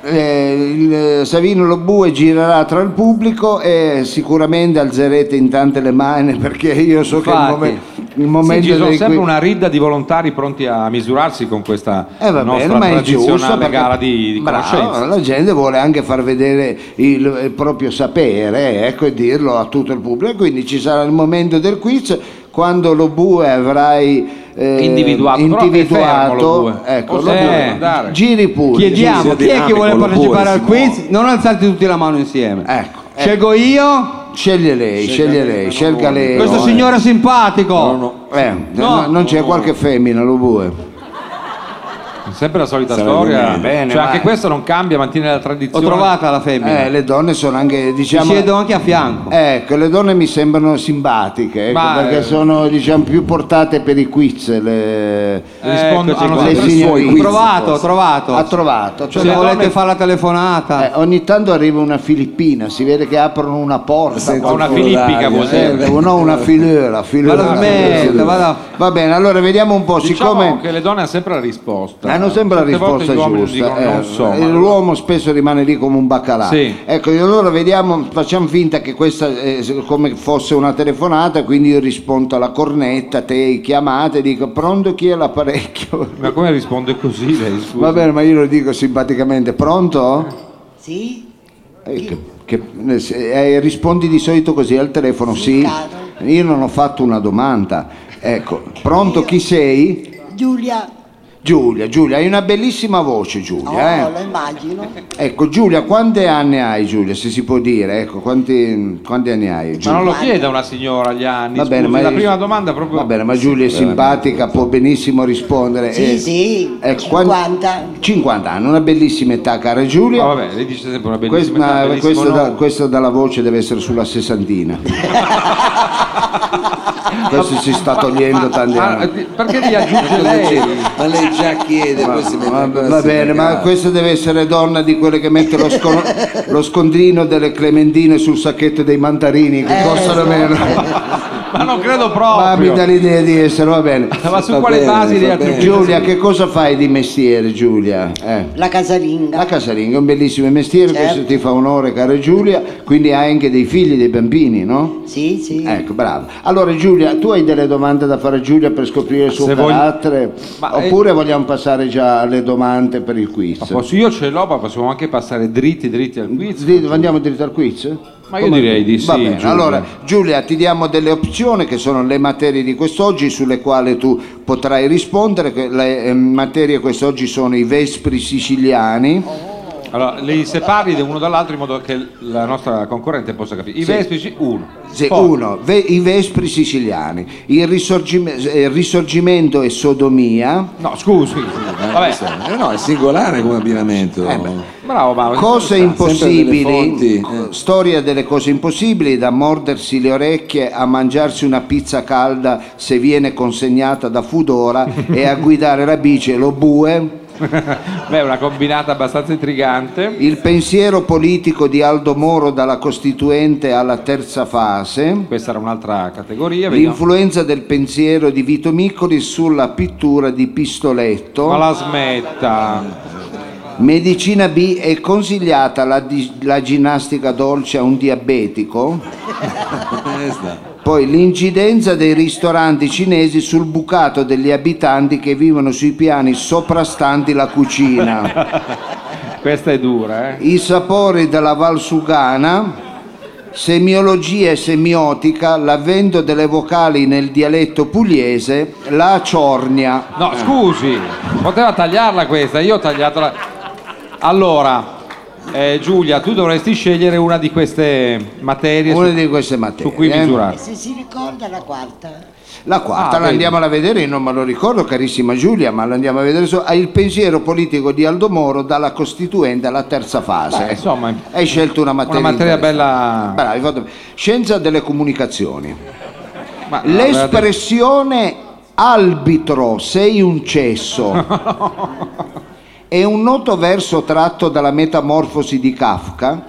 Eh, il eh, Savino Lobue girerà tra il pubblico e sicuramente alzerete in tante le mani perché io so Infatti. che il, momen- il Sì, momento ci sono dei sempre que- una ridda di volontari pronti a misurarsi con questa Eh, va bene, nostra ma è giusto tradizionale perché- gara di, di Bravo, conoscenza. La gente vuole anche far vedere il, il proprio sapere ecco, e dirlo a tutto il pubblico. Quindi ci sarà il momento del quiz quando lo bue avrai eh, Individuato, però è individuato, fermo lo bue. ecco, Forse lo deve bue. andare. giri pure. Chiediamo sia chi è che dinamico, vuole lo vuole, partecipare si al quiz, non alzate tutti la mano insieme. Ecco, eh, Scelgo io, sceglie lei, sceglie lei, scelga lei. questo signore simpatico. Eh, no, non c'è qualche femmina, lo bue. Sempre la solita Sarebbe storia. meglio. eh. Bene, cioè, anche vai. questo non cambia, mantiene la Ho tradizione. trovata la femmina. Eh, le donne sono anche, Ci diciamo, siedo anche a fianco. Ecco, le donne mi sembrano simpatiche, ecco, Ma, perché eh, sono diciamo, più portate per i quiz. Le... Eh, Rispondo- ah, Eccoci hanno qua. le sempre il suo signorine. Ho trovato, ho trovato. Ha trovato. cioè, Se le volete donne- fare la telefonata, eh, ogni tanto arriva una filippina, si vede che aprono una porta. Sento una il filippica colorario, vuol eh, dire. Eh, no, una filera, filera. Vada a smetta, vada. Va bene, allora vediamo un po', Diciamo siccome che le donne hanno sempre la risposta. Ah, non sembra la Certe volte risposta gli uomini giusta. dicono, eh, non so, ma- l'uomo spesso rimane lì come un baccalà. Sì. Ecco, e allora vediamo, facciamo finta che questa eh, se- come fosse una telefonata, quindi io rispondo alla cornetta, te chiamate, dico pronto chi è l'apparecchio? Ma come risponde così lei? scusi? Va bene, ma io lo dico simpaticamente, pronto? Sì? Eh, che- che- eh, se- eh, rispondi di solito così al telefono, sì. caro. Io non ho fatto una domanda. Ecco, pronto chi sei? Giulia, Giulia, Giulia, hai una bellissima voce oh, Giulia, eh. lo immagino. Ecco Giulia, quanti anni hai Giulia, se si può dire? Ecco, quanti, quanti anni hai? Ma Giulia? non lo chiede a una signora agli anni. Va bene, scusi, ma- la prima domanda proprio. Va bene, ma Giulia è simpatica, può benissimo rispondere. Sì, Eh, sì, eh, quan- 50. 50 anni, una bellissima età, cara Giulia. Ma Ah, vabbè, lei dice sempre una Questa, bellissima età, bellissimo questa da- nome. questa dalla voce deve essere sulla sessantina. Questo si sta togliendo tanti Ma, eh, anni. di- perché gli Cioè, aggiunge lei? Ma lei già chiede, poi si mette Va, ancora a va bene, ma sindacare. questa deve essere donna di quelle che mette lo, scon- lo scondrino delle clementine sul sacchetto dei mantarini che Eh, costano sì. meno. Ma non credo Ma mi proprio. dà l'idea di essere, va bene. Ma su Va quale bene, basi lei va aggiunge? bene. Giulia, che cosa fai di mestiere, Giulia? Eh. La casalinga. La casalinga è un bellissimo mestiere, Certo. questo ti fa onore, cara Giulia, quindi hai anche dei figli, dei bambini, no? Sì, sì. Ecco, bravo. Allora Giulia, tu hai delle domande da fare a Giulia per scoprire il suo Se voglio- carattere? Ma- eh, Oppure vogliamo passare già alle domande per il quiz? Ma posso- io ce l'ho, ma possiamo anche passare dritti dritti al quiz. Sì, andiamo diritto al quiz? Ma io direi di sì. Va bene, Giulio. allora Giulia ti diamo delle opzioni che sono le materie di quest'oggi sulle quali tu potrai rispondere. che Le eh, materie quest'oggi sono i vespri siciliani. Allora, li separi uno dall'altro in modo che la nostra concorrente possa capire. I vespici, uno. Sì, Poi, uno, ve- i vespri siciliani, il, risorgime- eh, risorgimento e sodomia. No, scusi. Vabbè, Eh, no, è singolare come abbinamento. Eh, bravo, Ah, ma Cose delle impossibili, fonti, co- storia delle cose impossibili, da mordersi le orecchie a mangiarsi una pizza calda se viene consegnata da Fudora e a guidare la bici lo bue, Beh, è una combinata abbastanza intrigante. il pensiero politico di Aldo Moro dalla Costituente alla terza fase, Questa era un'altra categoria. vediamo. l'influenza del pensiero di Vito Miccoli sulla pittura di Pistoletto. Ma la smetta. Medicina B è consigliata la, di- la ginnastica dolce a un diabetico? Eh, sta. Poi l'incidenza dei ristoranti cinesi sul bucato degli abitanti che vivono sui piani soprastanti la cucina. Questa è dura, eh? I sapori della Valsugana, semiologia e semiotica, l'avvento delle vocali nel dialetto pugliese, la ciornia. No, scusi, poteva tagliarla questa, io ho tagliato la... Allora, eh, Giulia, tu dovresti scegliere una di queste materie Una su, di queste materie. su cui eh. E se misurarsi. si ricorda la quarta? La quarta Ah, la vedi. andiamo a vedere, io non me lo ricordo, carissima Giulia, ma la andiamo a vedere. so- ha il pensiero politico di Aldo Moro dalla Costituente alla terza fase. Beh, insomma, hai scelto una materia. Una materia interessante. bella... Bravo, hai fatto bene. Scienza delle comunicazioni. ma- L'espressione arbitro, sei un cesso, è un noto verso tratto dalla metamorfosi di Kafka,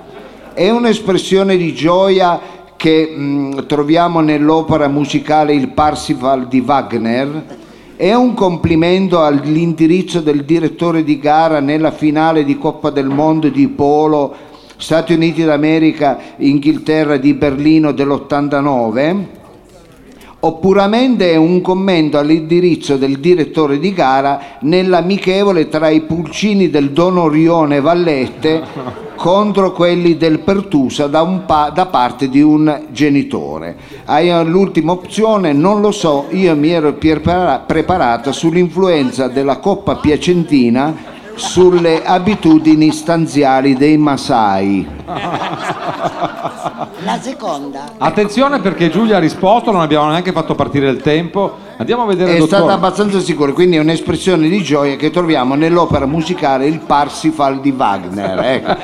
è un'espressione di gioia che mh, troviamo nell'opera musicale Il Parsifal di Wagner, è un complimento all'indirizzo del direttore di gara nella finale di Coppa del Mondo di Polo Stati Uniti d'America, Inghilterra di Berlino dell'89 oppuramente è un commento all'indirizzo del direttore di gara nell'amichevole tra i pulcini del Don Orione Vallette contro quelli del Pertusa da, un pa- da parte di un genitore. Hai eh, l'ultima opzione, non lo so, io mi ero prepara- preparata sull'influenza della Coppa Piacentina sulle abitudini stanziali dei Masai. La seconda? Attenzione perché Giulia ha risposto, non abbiamo neanche fatto partire il tempo. Andiamo a vedere è il dottor. stata abbastanza sicura, quindi è un'espressione di gioia che troviamo nell'opera musicale Il Parsifal di Wagner. Ecco.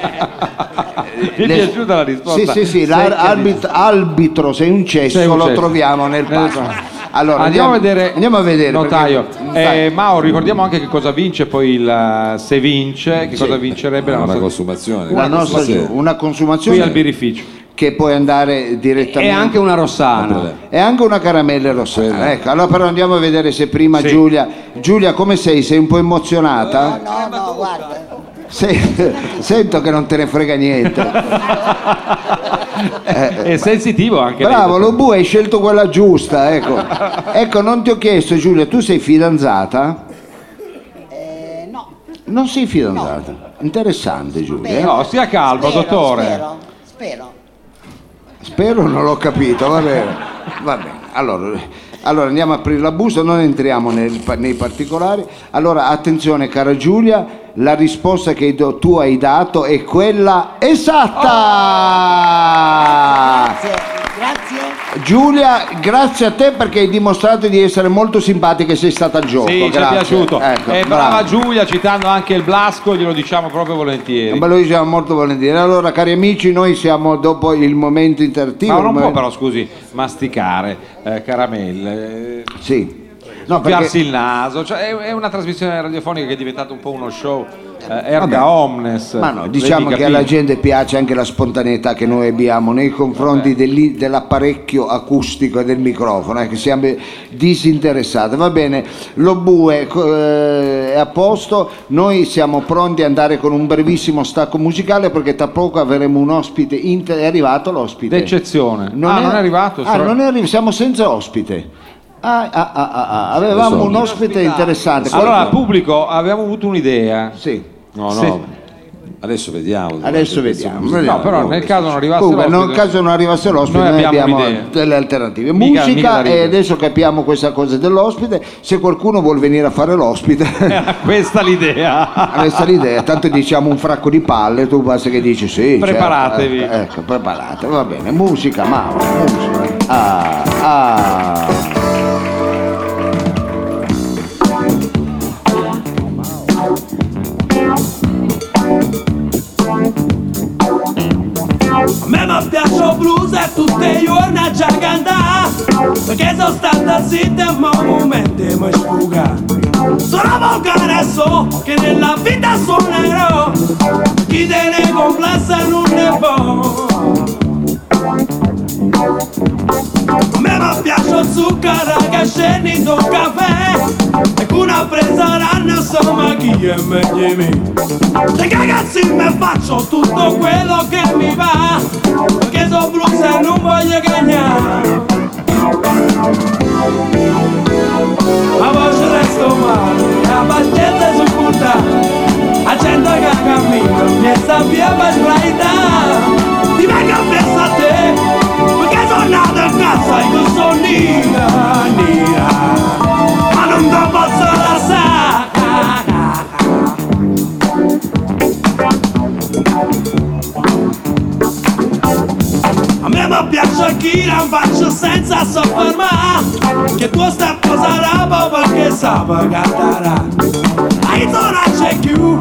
Mi è Le- piaciuta la risposta. Sì, sì, sì, Secchia di- l'arbitro arbitro, sei un cesso, Sei un lo cesso. Eh, troviamo nel Parsifal. Allora, andiamo, a vedere, andiamo a vedere notaio. perché- Eh, Mao, ricordiamo anche che cosa vince poi il eh, se vince, che cosa vincerebbe la una nostra consumazione. la nostra Sì. giu- una qui al consumazione birrificio. che puoi andare E direttamente anche una rossana. E anche una caramella rossana. Ecco, allora però andiamo a vedere se prima Sì. Giulia. Giulia, come sei? Sei un po' emozionata? No, no, guarda. Se- sento che non te ne frega niente. È sensitivo anche lei, Bravo, dottor. lo bu hai scelto quella giusta, ecco. Ecco, non ti ho chiesto Giulia, tu sei fidanzata? Eh, no. Non sei fidanzata. Interessante Giulia. eh. No, stia calmo, Spero, dottore. Spero, spero. Spero non l'ho capito, va bene. Va bene. Allora, allora andiamo a aprire la busta, non entriamo nel- nei particolari. Allora, attenzione cara Giulia, la risposta che do- tu hai dato è quella esatta. Grazie, grazie. Giulia, grazie a te perché hai dimostrato di essere molto simpatica e sei stata al gioco. Sì, ci è grazie. piaciuto. Ecco, Eh, brava bravo. Giulia, citando anche il Blasco, glielo diciamo proprio volentieri. Ma lo diciamo molto volentieri. Allora, cari amici, noi siamo dopo il momento interattivo. Ma non il può momento- però, scusi, masticare eh, caramelle, eh, Sì. No, soffiarsi perché... il naso, cioè, è, è una trasmissione radiofonica che è diventata un po' uno show eh, erga omnes. Ma no, Lei diciamo dica, che alla Pino. gente piace anche la spontaneità che noi abbiamo nei confronti dell'i- dell'apparecchio acustico e del microfono, eh, che siamo disinteressati. Va bene, lo bue co- eh, è a posto, noi siamo pronti ad andare con un brevissimo stacco musicale perché tra poco avremo un ospite, inter- è arrivato l'ospite. D'eccezione. Non, Ah, non è arrivato, Ah, stra- non è arrivato, siamo senza ospite. Ah, ah, ah, ah, ah, avevamo Adesso- un ospite interessante. Allora, Qualcuno- pubblico, abbiamo avuto un'idea. sì. No, no. Se- Adesso vediamo. Adesso vediamo, vediamo. No, però nel caso non arrivasse Comunque, nel l'ospite- caso non arrivasse l'ospite, Noi noi, abbiamo abbiamo, un'idea. delle alternative. Mica- Musica, mica da ridere. e adesso capiamo questa cosa dell'ospite. Se qualcuno vuol venire a fare l'ospite, era questa l'idea. avessa l'idea, tanto diciamo un fracco di palle, tu basta che dici sì. certo, Preparatevi. ecco, ecco, preparate, va bene. Musica, ma musica. Ah, ah. A me mi piace blues e tutte i giorni già cantare Perché sono stata zitta e ma un momento mi sfuga Sono volgare e so che nella vita suonerò Chi te ne complessa non ne può A me mi piace il zucchero che scende in un caffè E con una presa l'anno so ma chi è meglio me le ragazzi mi faccio tutto quello che mi va Perché sono blues e non voglio cagnare Ma voi ci resto male, la pazienza è supportata, la gente che cammina, mi sta via per sbraità. Ti vengo a pensare a te, perché sono nato a casa e tu sono nina, nina. Ma non ti posso lasciare. A me mi piace chi la faccio senza soffermare Che tu stai posando perché sa pagatarà Hai torna c'è più,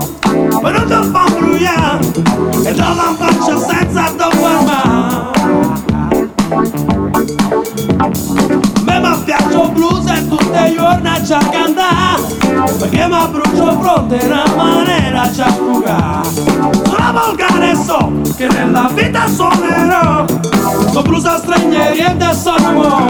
ma non ti fa brugliare E non la faccio senza soffermare me mi piaccio blues e tutte i giorni c'è cantare perché mi brucio fronte una maniera c'è asciugare sono volgare so che nella vita suonerò sono blues a stranieri e da sono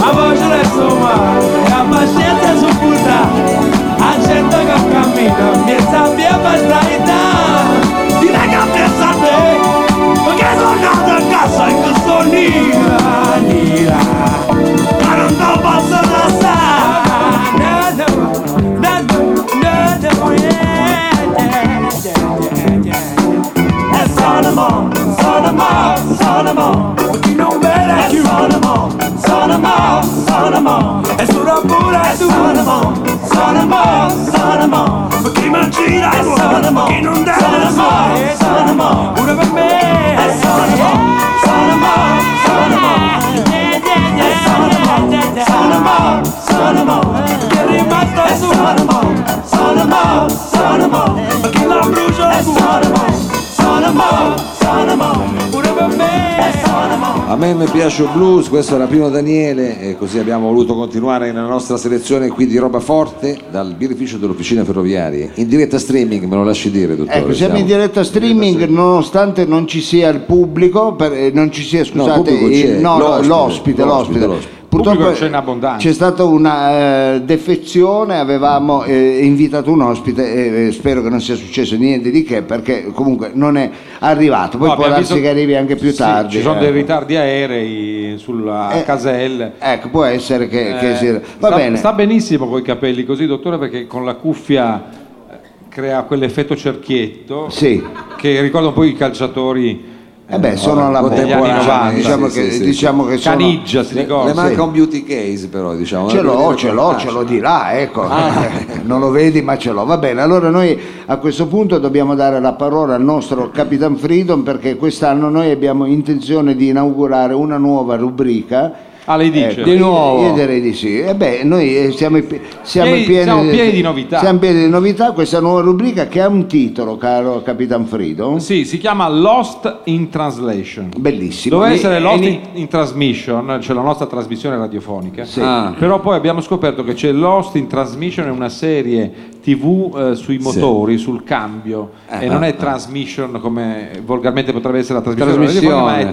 a voce resto male la pazienza è supportata la gente che cammina mi sappia per sdraità ti venga a pensare perché sono nato a casa e che sono nera, nera ma non ti posso lasciare No, no, no, no, yeah, yeah, yeah, yeah, yeah. E sono mo, sono mo, sono mo chi non vede più sono mo, sono mo, sono mo e sono pure tu sono mo, sono mo, sono mo ma chi mangia e sono mo chi non deve mai sono mo pure per me e sono mo, sono mo, sono mo e sono mo, sono mo, sono mo che è rimasto è sono mo, sono mo, sono mo ma chi la brucia e sono mo, sono mo, sono mo pure per me e sono mo A me mi piace il blues, questo era Pino Daniele e così abbiamo voluto continuare nella nostra selezione qui di roba forte dal birrificio dell'Officina Ferroviaria. In diretta streaming, me lo lasci dire, dottore. diciamo. Ecco, siamo in diretta streaming nonostante non ci sia il pubblico, per- eh, non ci sia, scusate, pubblico il- c'è, no, no, l'ospite, l'ospite, l'ospite. l'ospite, l'ospite. Purtroppo Pubblico c'è in abbondanza. c'è stata una eh, defezione, avevamo eh, invitato un ospite e eh, spero che non sia successo niente di che perché comunque non è arrivato, poi No, può abbiamo darsi visto- che arrivi anche più Sì, tardi. Ci sono eh. dei ritardi aerei sulla Eh, caselle. Ecco, può essere che, che Eh, sia... Va sta, bene. sta benissimo con i capelli così, dottore, perché con la cuffia eh, crea quell'effetto cerchietto Sì. che ricorda un po' i calciatori. Eh beh, sono alla vabbè, degli anni bocca, 90, diciamo sì, che, sì, sì. diciamo che sono... Caniggia, si ricorda. Le manca sì. un beauty case, però, diciamo. Ce Devo l'ho, dire ce che- l'ho, ah, ce l'ho di là, ecco. Ah. Non lo vedi, ma ce l'ho. Va bene, allora noi a questo punto dobbiamo dare la parola al nostro Capitan Freedom perché quest'anno noi abbiamo intenzione di inaugurare una nuova rubrica. Ah, lei dice? Ecco, Di nuovo? Io direi di sì. E beh, noi eh, siamo, i pi- siamo Pieni- i pieni, siamo pieni di novità. Siamo pieni di novità, questa nuova rubrica che ha un titolo, caro Capitan Freedom. Sì, si chiama Lost in Translation. Bellissimo. Doveva Mi- essere e Lost in, ni- in Transmission, cioè la nostra trasmissione radiofonica. Sì. Ah. Però poi abbiamo scoperto che c'è Lost in Transmission, è una serie TV eh, sui motori, sul cambio, e non è Transmission come volgarmente potrebbe essere la trasmissione, Trasmissione. radiofonica, ma è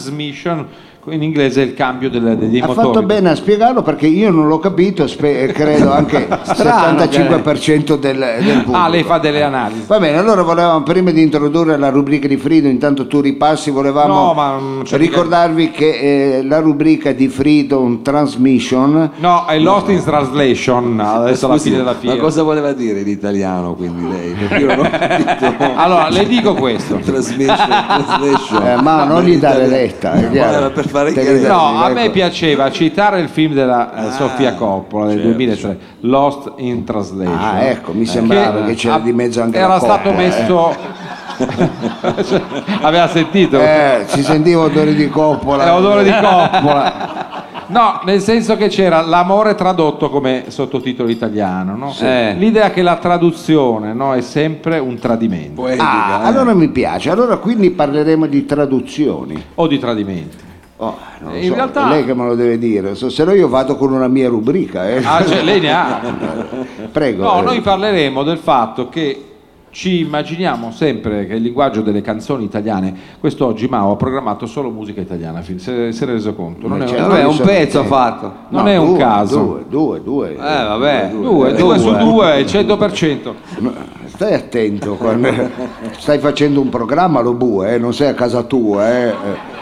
Transmission, in inglese è il cambio delle- degli Ha motori. fatto bene a spiegarlo perché io non l'ho capito, spe- e credo anche il Strano, 75% del, del pubblico. Ah, lei fa delle analisi. Va bene, allora volevamo prima di introdurre la rubrica di Frido, intanto tu ripassi, volevamo No, ma non c'è ricordarvi che eh, la rubrica di Freedom Transmission No, è Lost in Translation, adesso alla Scusi, fine della ma fiera. cosa voleva dire in italiano quindi lei? Perché io non ho capito. Allora, le dico questo. Transmission, Ah. translation. Eh, ma non gli dare in italiano- retta, è No, chiaro. era per fare Devi chiarezza. dare- No, a me ecco. Ah, piaceva citare il film della eh, Sofia Coppola del 2003, Lost in Translation. certo, Ah, ecco, mi sembrava che c'era ah, di mezzo anche Era la stato Coppola, eh. messo Cioè, aveva sentito Eh, si sentiva odore di coppola. Eh, odore di Coppola. No, nel senso che c'era l'amore tradotto come sottotitolo italiano, no? Eh, l'idea che la traduzione no, è sempre un tradimento eh. Ah, eh, allora mi piace, allora quindi parleremo di traduzioni. o di tradimenti. Oh, non lo In so, realtà- è lei che me lo deve dire, so- se no io vado con una mia rubrica. eh. Ah, cioè, lei ne ha. Prego. Ah, cioè, No, eh. noi parleremo del fatto che ci immaginiamo sempre che il linguaggio delle canzoni italiane, quest'oggi Mao ha programmato solo musica italiana, fin- se se ne è reso conto. Non è certo. un, Vabbè, un Sì. pezzo ha Eh. fatto. non è un due, caso. Due, due, due. Eh, vabbè. Due, due eh. su due, 100%. Stai attento quando stai facendo un programma, lo bue, eh, non sei a casa tua. eh.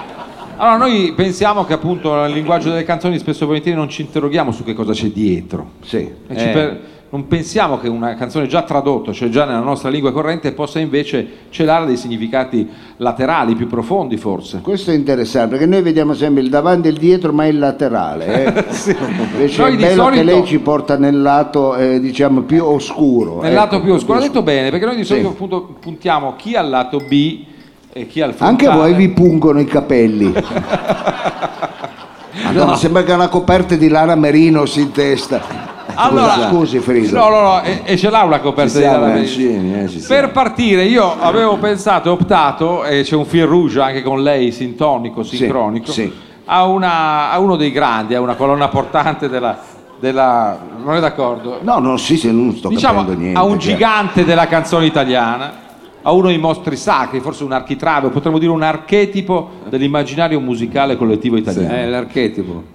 Allora, noi pensiamo che appunto nel linguaggio delle canzoni spesso e volentieri non ci interroghiamo su che cosa c'è dietro. Sì. E ci per- non pensiamo che una canzone già tradotta, cioè già nella nostra lingua corrente, possa invece celare dei significati laterali, più profondi forse. Questo è interessante perché noi vediamo sempre il davanti e il dietro, ma il laterale. eh. Invece Noi è di bello che solito- lei ci porta nel lato eh, diciamo più oscuro. Nel ecco, lato più oscuro, ha detto bene, perché noi di solito Sì. appunto puntiamo chi al lato B e chi al frontale. Anche voi vi pungono i capelli. Madonna, Sembra che ha una coperta di lana merino si in testa. Allora, scusi, Frido. No, no, no, e, e ce l'ha una coperta di siamo Dalla vicini, eh, ci siamo. Per partire, io avevo pensato, optato, e c'è un fil rouge anche con lei, sintonico, sincronico, sì. A, una- a uno dei grandi, a una colonna portante della... della- non è d'accordo? No, no, sì, sì, non sto diciamo capendo niente. a un cioè. gigante della canzone italiana, a uno dei mostri sacri, forse un architrave, potremmo dire un archetipo dell'immaginario musicale collettivo italiano. Eh, È l'archetipo.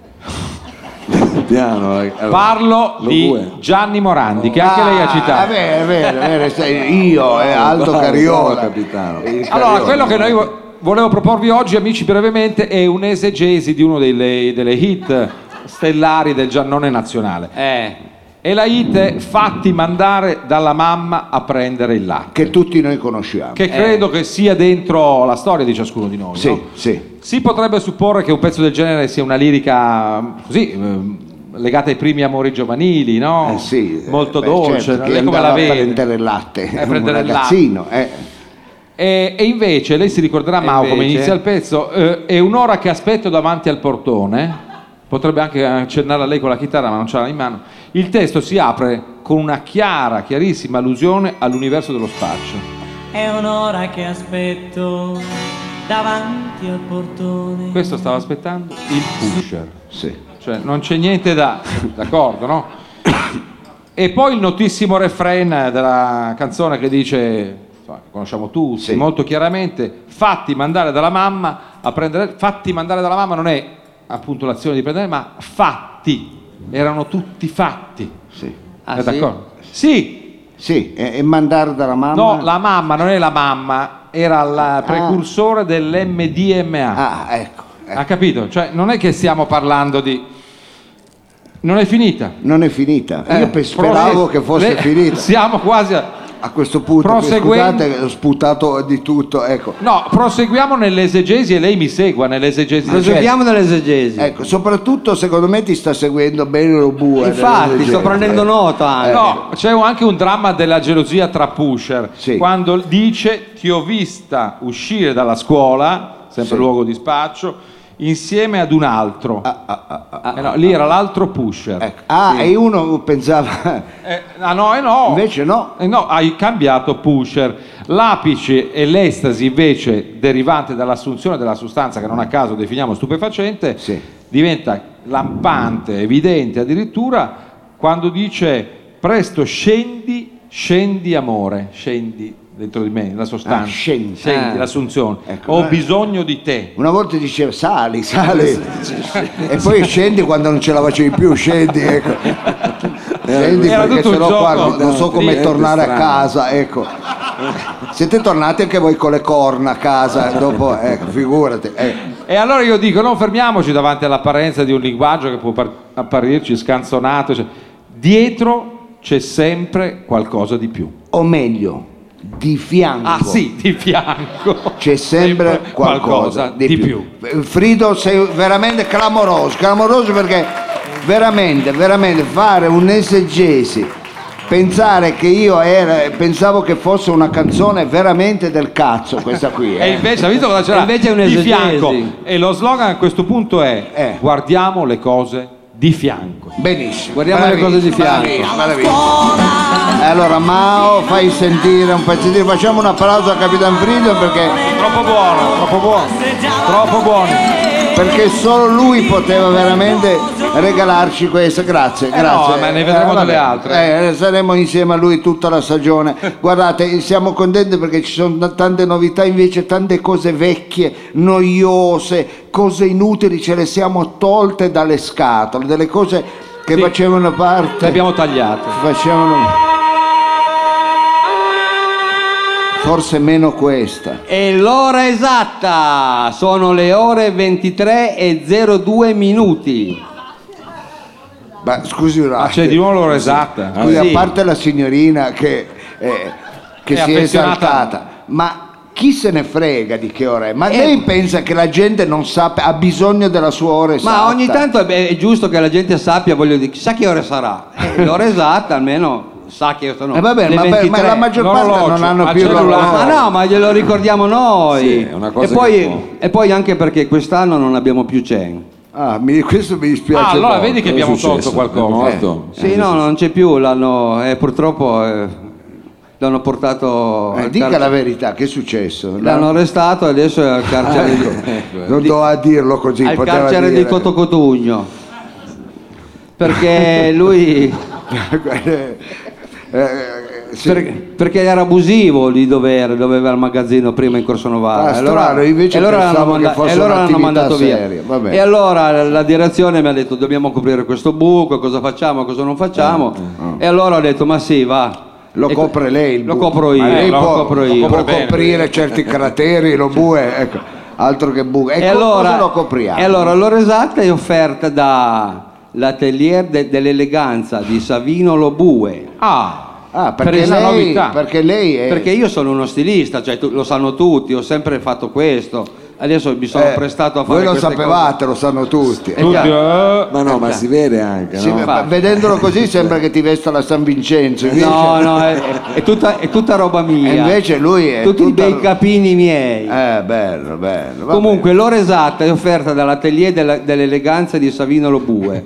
Piano, eh. rag- allora, Parlo lo di due. Gianni Morandi, che anche lei ha Ah, è citato. vero, è vero, è vero, sai, io, eh, Alto bravo, Cariola. bravo, capitano. Il Allora, Cariola. quello che noi vo- volevo proporvi oggi, amici, brevemente, è un'esegesi di uno delle, delle hit stellari del Giannone nazionale. Eh. E la hit è Fatti mandare dalla mamma a prendere il latte, Che tutti noi conosciamo. che credo che sia dentro la storia di ciascuno di noi. Eh. Sì, no? sì. Si potrebbe supporre che un pezzo del genere sia una lirica mh, così ehm, legata ai primi amori giovanili, no? Eh, sì, Molto eh, beh, dolce, certo, non che è come andava la a vede. prendere il latte, Eh, prendere un il ragazzino, eh. E, e invece, lei si ricorderà, E Mao, come invece? inizia il pezzo, eh, è un'ora che aspetto davanti al portone, potrebbe anche accennare a lei con la chitarra, ma non ce l'ha in mano. Il testo si apre con una chiara, chiarissima allusione all'universo dello spaccio. È un'ora che aspetto davanti al portone. Questo stava aspettando il pusher, Sì. cioè non c'è niente da... d'accordo, no? E poi il notissimo refrain della canzone che dice, insomma, che conosciamo tutti Sì. molto chiaramente, fatti mandare dalla mamma a prendere... Fatti mandare dalla mamma non è appunto l'azione di prendere, ma fatti, erano tutti fatti. Sì, Ah, è sì? d'accordo? Sì, Sì, e, e mandare dalla mamma? no, la mamma non è la mamma, era la precursore dell'MDMA. Ah, ecco. ecco. Ha capito? Cioè, non è che stiamo parlando di. Non è finita. Non è finita. Eh, Io pe- speravo prose- che fosse le- finita. Siamo quasi. a- A questo punto, Proseguendo- scusate, ho sputato di tutto, ecco. No, proseguiamo nell'esegesi e lei mi segua nell'esegesi. Eh, certo. del Proseguiamo nell'esegesi. Ecco, soprattutto secondo me ti sta seguendo bene lo bue. Infatti, sto prendendo nota anche. Eh, testo. Eh, No, c'è anche un dramma della gelosia tra Pusher. Sì. Quando dice: Ti ho vista uscire dalla scuola, sempre Sì. luogo di spaccio, insieme ad un altro. Ah, Eh no, lì era l'altro Pusher. Ecco. Ah, e uno pensava, Eh, ah no, eh no. invece no. Eh no, hai cambiato pusher. L'apice e l'estasi invece derivante dall'assunzione della sostanza che non a caso definiamo stupefacente Sì. diventa lampante, evidente addirittura quando dice presto scendi, scendi amore, scendi dentro di me, la sostanza, Ah, scendi. Ah. l'assunzione, Ecco, ho eh. bisogno di te. Una volta diceva sali, sali, e poi scendi quando non ce la facevi più, scendi, ecco. Scendi Era perché tutto un sennò qua gioco. non- non so Sì, come è tornare a strano. casa, ecco. Siete tornati anche voi con le corna a casa, dopo, ecco, figurati. eh. E allora io dico, non fermiamoci davanti all'apparenza di un linguaggio che può par- apparirci scanzonato, cioè, dietro c'è sempre qualcosa di più. O meglio, di fianco. Ah sì, di fianco. C'è sempre qualcosa, di, più. Frido, sei veramente clamoroso, clamoroso perché veramente, veramente fare un esegesi, pensare che io era, pensavo che fosse una canzone veramente del cazzo questa qui. E eh. invece, ha visto cosa c'era? E invece è di un'esegesi. fianco. E lo slogan a questo punto è Eh. guardiamo le cose di fianco. Benissimo. Guardiamo le cose di fianco. Meraviglioso, meraviglioso. Eh, Allora Mao, fai sentire un pezzettino, facciamo un applauso a Capitan Frido perché, Troppo buono, troppo buono. Troppo buono. perché solo lui poteva veramente regalarci questa, grazie, Eh no, grazie. ma ne vedremo vabbè. delle altre. Eh, saremo insieme a lui tutta la stagione. Guardate, siamo contenti perché ci sono tante novità, invece tante cose vecchie, noiose, cose inutili ce le siamo tolte dalle scatole, delle cose che Sì. facevano Le parte. abbiamo tagliate. Facevano forse meno questa. E l'ora esatta sono le ore 23 e 02 minuti. Ma scusi un Ah, c'è di nuovo l'ora esatta. Qui, Ah, sì. a parte la signorina che, eh, che È si è affezionata. esaltata, ma chi se ne frega di che ora è? Eh. Ma lei pensa che la gente non sappia, ha bisogno della sua ora esatta? Ma ogni tanto è, è giusto che la gente sappia, voglio dire, chissà che ore sarà. Eh, l'ora esatta almeno sa che io sono. Eh, vabbè, le ma, 23. ma la maggior parte l'orologio, non hanno al più cellulare. l'orologio. Ma no, ma glielo ricordiamo noi. Sì, è una cosa e, poi, che può. e poi anche perché quest'anno non abbiamo più Chen. Ah, mi- questo mi dispiace. Ah, allora molto. vedi che Cosa è abbiamo successo? tolto qualcosa. Eh. È morto? Sì, no, non c'è più, l'hanno eh, purtroppo eh, l'hanno portato Eh, al dica carcere- la verità, che è successo? l'hanno No, arrestato e adesso è al carcere di, Non doveva dirlo così. al Eh, poteva carcere di dire- Cotocotugno. Perché lui Eh, eh, sì. per- perché era abusivo di dovere, doveva il magazzino prima in Corso Novara. Ah, E strano, invece e allora pensavo l'hanno che fosse e allora l'hanno un'attività mandato seria, via. vabbè. E allora la direzione mi ha detto dobbiamo coprire questo buco, cosa facciamo, cosa non facciamo. E allora ho detto ma sì, va. Eh, Lo E- copre lei il Lo buco. copro io, Ma lei lo può, copro io. può Lo copre bene. coprire certi crateri, lo bue, ecco, altro che buco. E, E co- allora, cosa lo copriamo? e allora l'ora esatta è offerta da l'atelier de- dell'eleganza di Savino Lobue. Ah, ah, per perché, la lei, novità. perché lei è... Perché io sono uno stilista, cioè, tu- lo sanno tutti, ho sempre fatto questo, adesso mi sono eh, prestato a fare Voi lo queste sapevate, lo sanno tutti. cose. È eh, chiaro. Ma no, ma si vede anche, Sì, no? ma- infatti. Eh, vedendolo così sembra che ti vesta la San Vincenzo. Invece, No, no, è, è tutta, è tutta roba mia. e invece lui è... Tutti tutta- dei capini miei. Eh, bello, bello. vabbè. Comunque l'ora esatta è offerta dall'atelier della- dell'eleganza di Savino Lobue,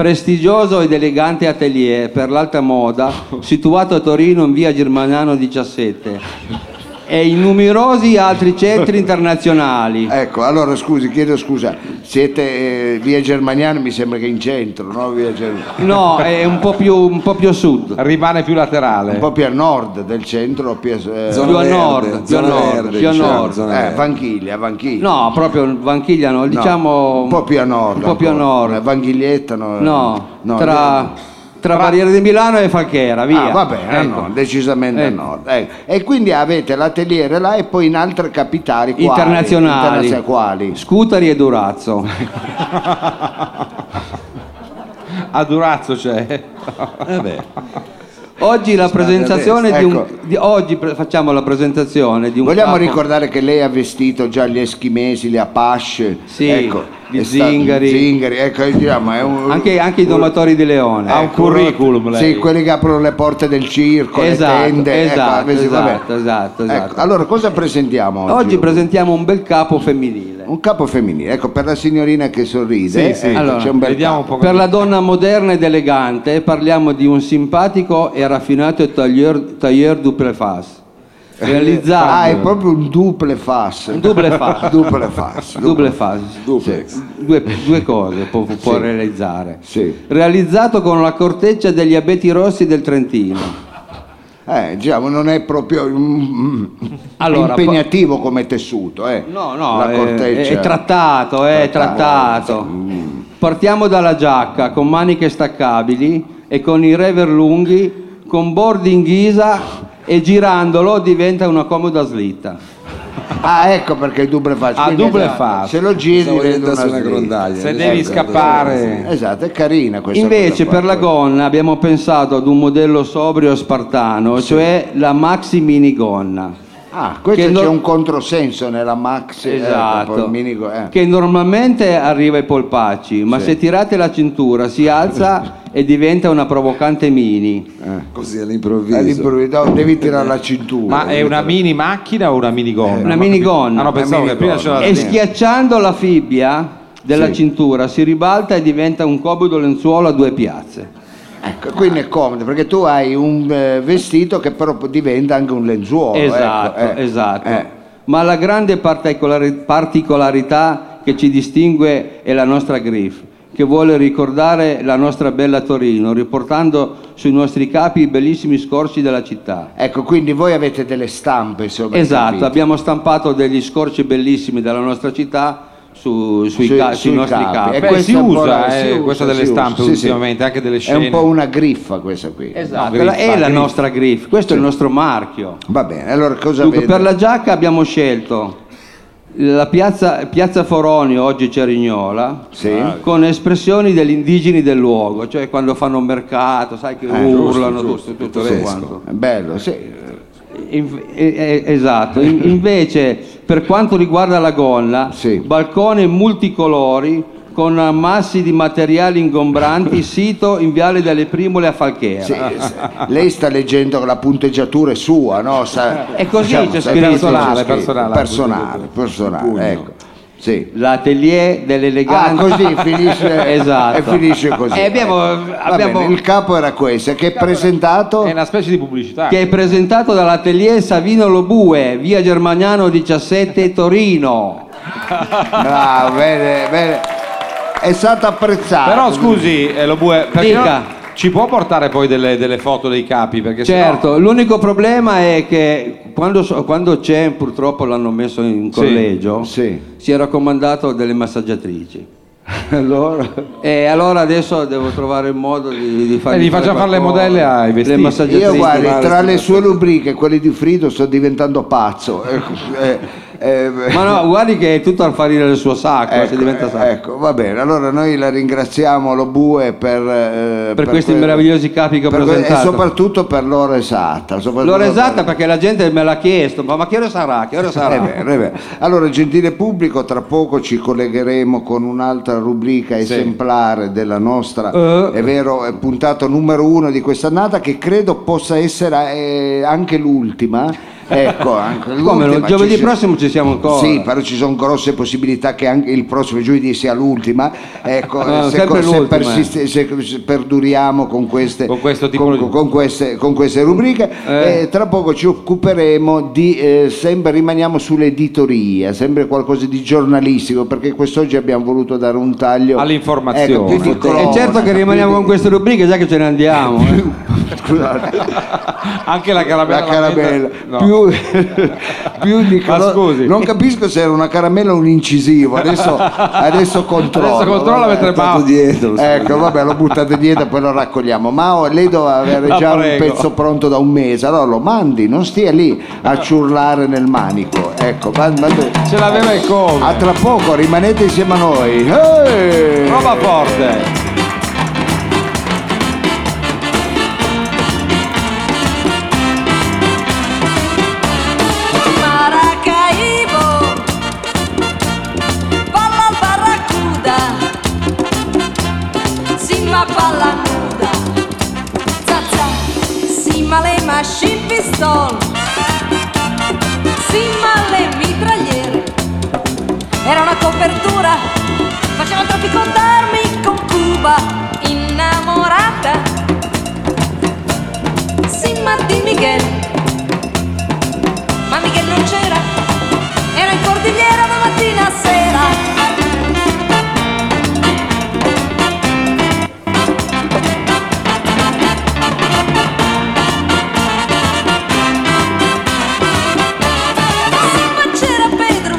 prestigioso ed elegante atelier per l'alta moda situato a Torino in via Germaniano 17 e in numerosi altri centri internazionali. Ecco, allora scusi, chiedo scusa, siete eh, via Germaniano, mi sembra che in centro, no? Via Germaniano. No, è un po' più, un po' più a sud. rimane più Un Eh. laterale. po' più a nord del centro, più a... eh, Zona più a verde, nord, più zona a nord, verde, più a diciamo, nord. zona Eh, verde. Vanchiglia, Vanchiglia. No, proprio Vanchiglia no, No, diciamo un po' più a nord. un po' più a ancora. Eh, nord. Vanchiglietta no. No, no, tra, tra Barriere di Milano e Falchera, via. Ah, va bene, a Ecco. nord, decisamente a Ecco. nord. ecco. E quindi avete l'atelier là e poi in altre capitali quali? internazionali, Internazia- quali? Scutari e Durazzo. A Durazzo c'è. Eh Oggi la presentazione di un ecco. di- oggi pre- facciamo la presentazione di un Vogliamo capo- ricordare che lei ha vestito già gli eschimesi, gli apache, Sì, ecco, gli è stato- zingari. zingari, ecco, diciamo, è un- anche, anche i domatori di leone. Ecco. Ha un curriculum lei. Sì, quelli che aprono le porte del circo, Esatto, le tende, ecco, esatto, avessi- vabbè. esatto, esatto, esatto. Ecco, allora cosa presentiamo oggi? Oggi presentiamo un bel capo femminile. un capo femminile, ecco per la signorina che sorride, Sì, sì. ecco, Allora, c'è un bel Vediamo un capo. po'. Per la donna moderna ed elegante parliamo di un simpatico e raffinato tailleur, tailleur duple face. Realizzato Ah, è proprio un duple fas. Un double face. Duple fas. Double face. Duplex. Due, due cose può, può realizzare. Sì. Realizzato con la corteccia degli abeti rossi del Trentino. Eh, diciamo, non è proprio mm, mm, Allora, impegnativo come tessuto, eh. No, no, la è- corteccia. Mm. è, trattato, è trattato. Partiamo dalla giacca con maniche staccabili e con i rever lunghi, con bordi in ghisa e girandolo diventa una comoda slitta. Ah, ecco perché il duple fas. Ah, quindi double esatto, fas. Se lo giri Stavo diventa diventando una, una slitta. grondaglia. Se devi Esatto. scappare. Esatto, è carina questa Invece cosa per qua, la gonna abbiamo pensato ad un modello sobrio e spartano, cioè la maxi minigonna. Ah, questo che c'è non- un controsenso nella eh, Max Esatto, Che... che normalmente arriva ai polpacci, ma se tirate la cintura si alza e diventa una provocante mini. Così all'improvviso. All'improvviso no, Eh, devi tirare la cintura. Ma è una mini macchina o una minigonna? Una Ma- minigonna. Ah, no, pensavo Una che prima c'era la E schiena. schiacciando la fibbia della cintura si ribalta e diventa un comodo lenzuolo a due piazze. Ecco, quindi è comodo perché tu hai un eh, vestito che però diventa anche un lenzuolo. ecco, esatto, eh. esatto. Eh, Ma la grande particolari- particolarità che ci distingue è la nostra griffe, che vuole ricordare la nostra bella Torino, riportando sui nostri capi i bellissimi scorci della città. Ecco, quindi voi avete delle stampe, se ho ben Esatto, capito. abbiamo stampato degli scorci bellissimi della nostra città su- sui, Sui- ca- sui sui nostri capi. capi. E Beh, questa si è un po' usa, la- si eh, usa, questa si delle usa, stampe sì, sì. ultimamente, anche delle È scene. un po' una griffa questa qui. Esatto, griffa, è la griffa. nostra griff, questo è il nostro marchio. Va bene, allora cosa Dunque, avete? per la giacca abbiamo scelto la piazza, piazza Foronio, oggi Cerignola, Ah. Sì. con espressioni degli indigeni del luogo, cioè quando fanno mercato, sai Eh, che urlano tutto, tutto quanto. È bello, sì. In- eh, eh, esatto, In- invece per quanto riguarda la gonna, Sì. balcone multicolori con ammassi di materiali ingombranti, sito in Viale delle Primole a Falchera. Sì, sì. lei sta leggendo che la punteggiatura è sua, no? Sa- diciamo, È Eh, così, c'è sa- scritto. è Personale, c'è scritto. personale, personale, personale, ecco. Sì. L'atelier Ah, dell'eleganza. così finisce, esatto. e finisce così. E abbiamo- ecco. Va abbiamo- bene, il capo era questo, che è presentato È una specie di pubblicità. che è presentato dall'atelier Savino Lobue, via Germagnano 17 Torino. Bravo, bene, bene. È stato apprezzato. Però scusi, eh, Lobue, perché Dica. non- ci può portare poi delle, delle foto dei capi? Perché sennò- Certo, l'unico problema è che quando, so- quando c'è, purtroppo l'hanno messo in Sì, collegio, sì. si è raccomandato delle massaggiatrici. allora E allora adesso devo trovare il modo di, di fare Eh, gli faccia fare le modelle ai vestiti. Le massaggiatrici. Io guardi, ma- tra le sue rubriche e quelle di Frido sto diventando pazzo. Ecco, eh, eh, Ma no, guardi che è tutto al farire del suo sacco, ecco, se diventa sacco. eh, ecco, va bene, allora noi la ringraziamo Lobue per, eh, per, questi quello- meravigliosi capi che ho per que- e presentato. soprattutto per l'ora esatta. soprattutto L'ora per- Eh esatta perché la gente me l'ha chiesto, ma, ma che ora sarà? Che ora sarà? È vero, è vero. Allora, gentile pubblico, tra poco ci collegheremo con un'altra rubrica esemplare della nostra, Eh. è vero, è puntata numero uno di quest'annata, che credo possa essere eh, anche l'ultima. Ecco, anche Come no? l'ultima. Giovedì Ci- prossimo ci siamo ancora. Sì, però ci sono grosse possibilità che anche il prossimo giovedì sia l'ultima. Ecco, No, se, sempre se l'ultima. persiste- se- se perduriamo con queste, Con questo tipo di- con queste, con queste rubriche. Eh. Eh, tra poco ci occuperemo di, eh, sempre rimaniamo sull'editoria, sempre qualcosa di giornalistico, perché quest'oggi abbiamo voluto dare un taglio All'informazione. Ecco, più di E cronaca, e certo che rimaniamo con più di- queste rubriche già che ce ne andiamo. eh. Scusate. Anche la caramella. La caramella, menta- no. più, più di Ma colo- scusi. Non capisco se era una caramella o un incisivo. Adesso, adesso controllo. Adesso controllo, vabbè. mentre Tanto ma- dietro. Ecco, vabbè, lo buttate dietro e poi lo raccogliamo. Ma oh, lei doveva avere La già prego. un pezzo pronto da un mese. Allora lo mandi, non stia lì a ciurlare nel manico. Ecco, mand- mand- Ce l'aveva e come? a tra poco, rimanete insieme a noi. Ehi! Roba forte. Maracaibo, Pala Barracuda, Sima Pala Nuda, Zaza, Sima le Machine Pistol, Sima le Mitragliere. Era una copertura, faceva traffico d'armi con Cuba, innamorata. Sima di Miguel, ma Miguel non c'era, era in cordigliera da mattina a sera. Sì, ma c'era Pedro,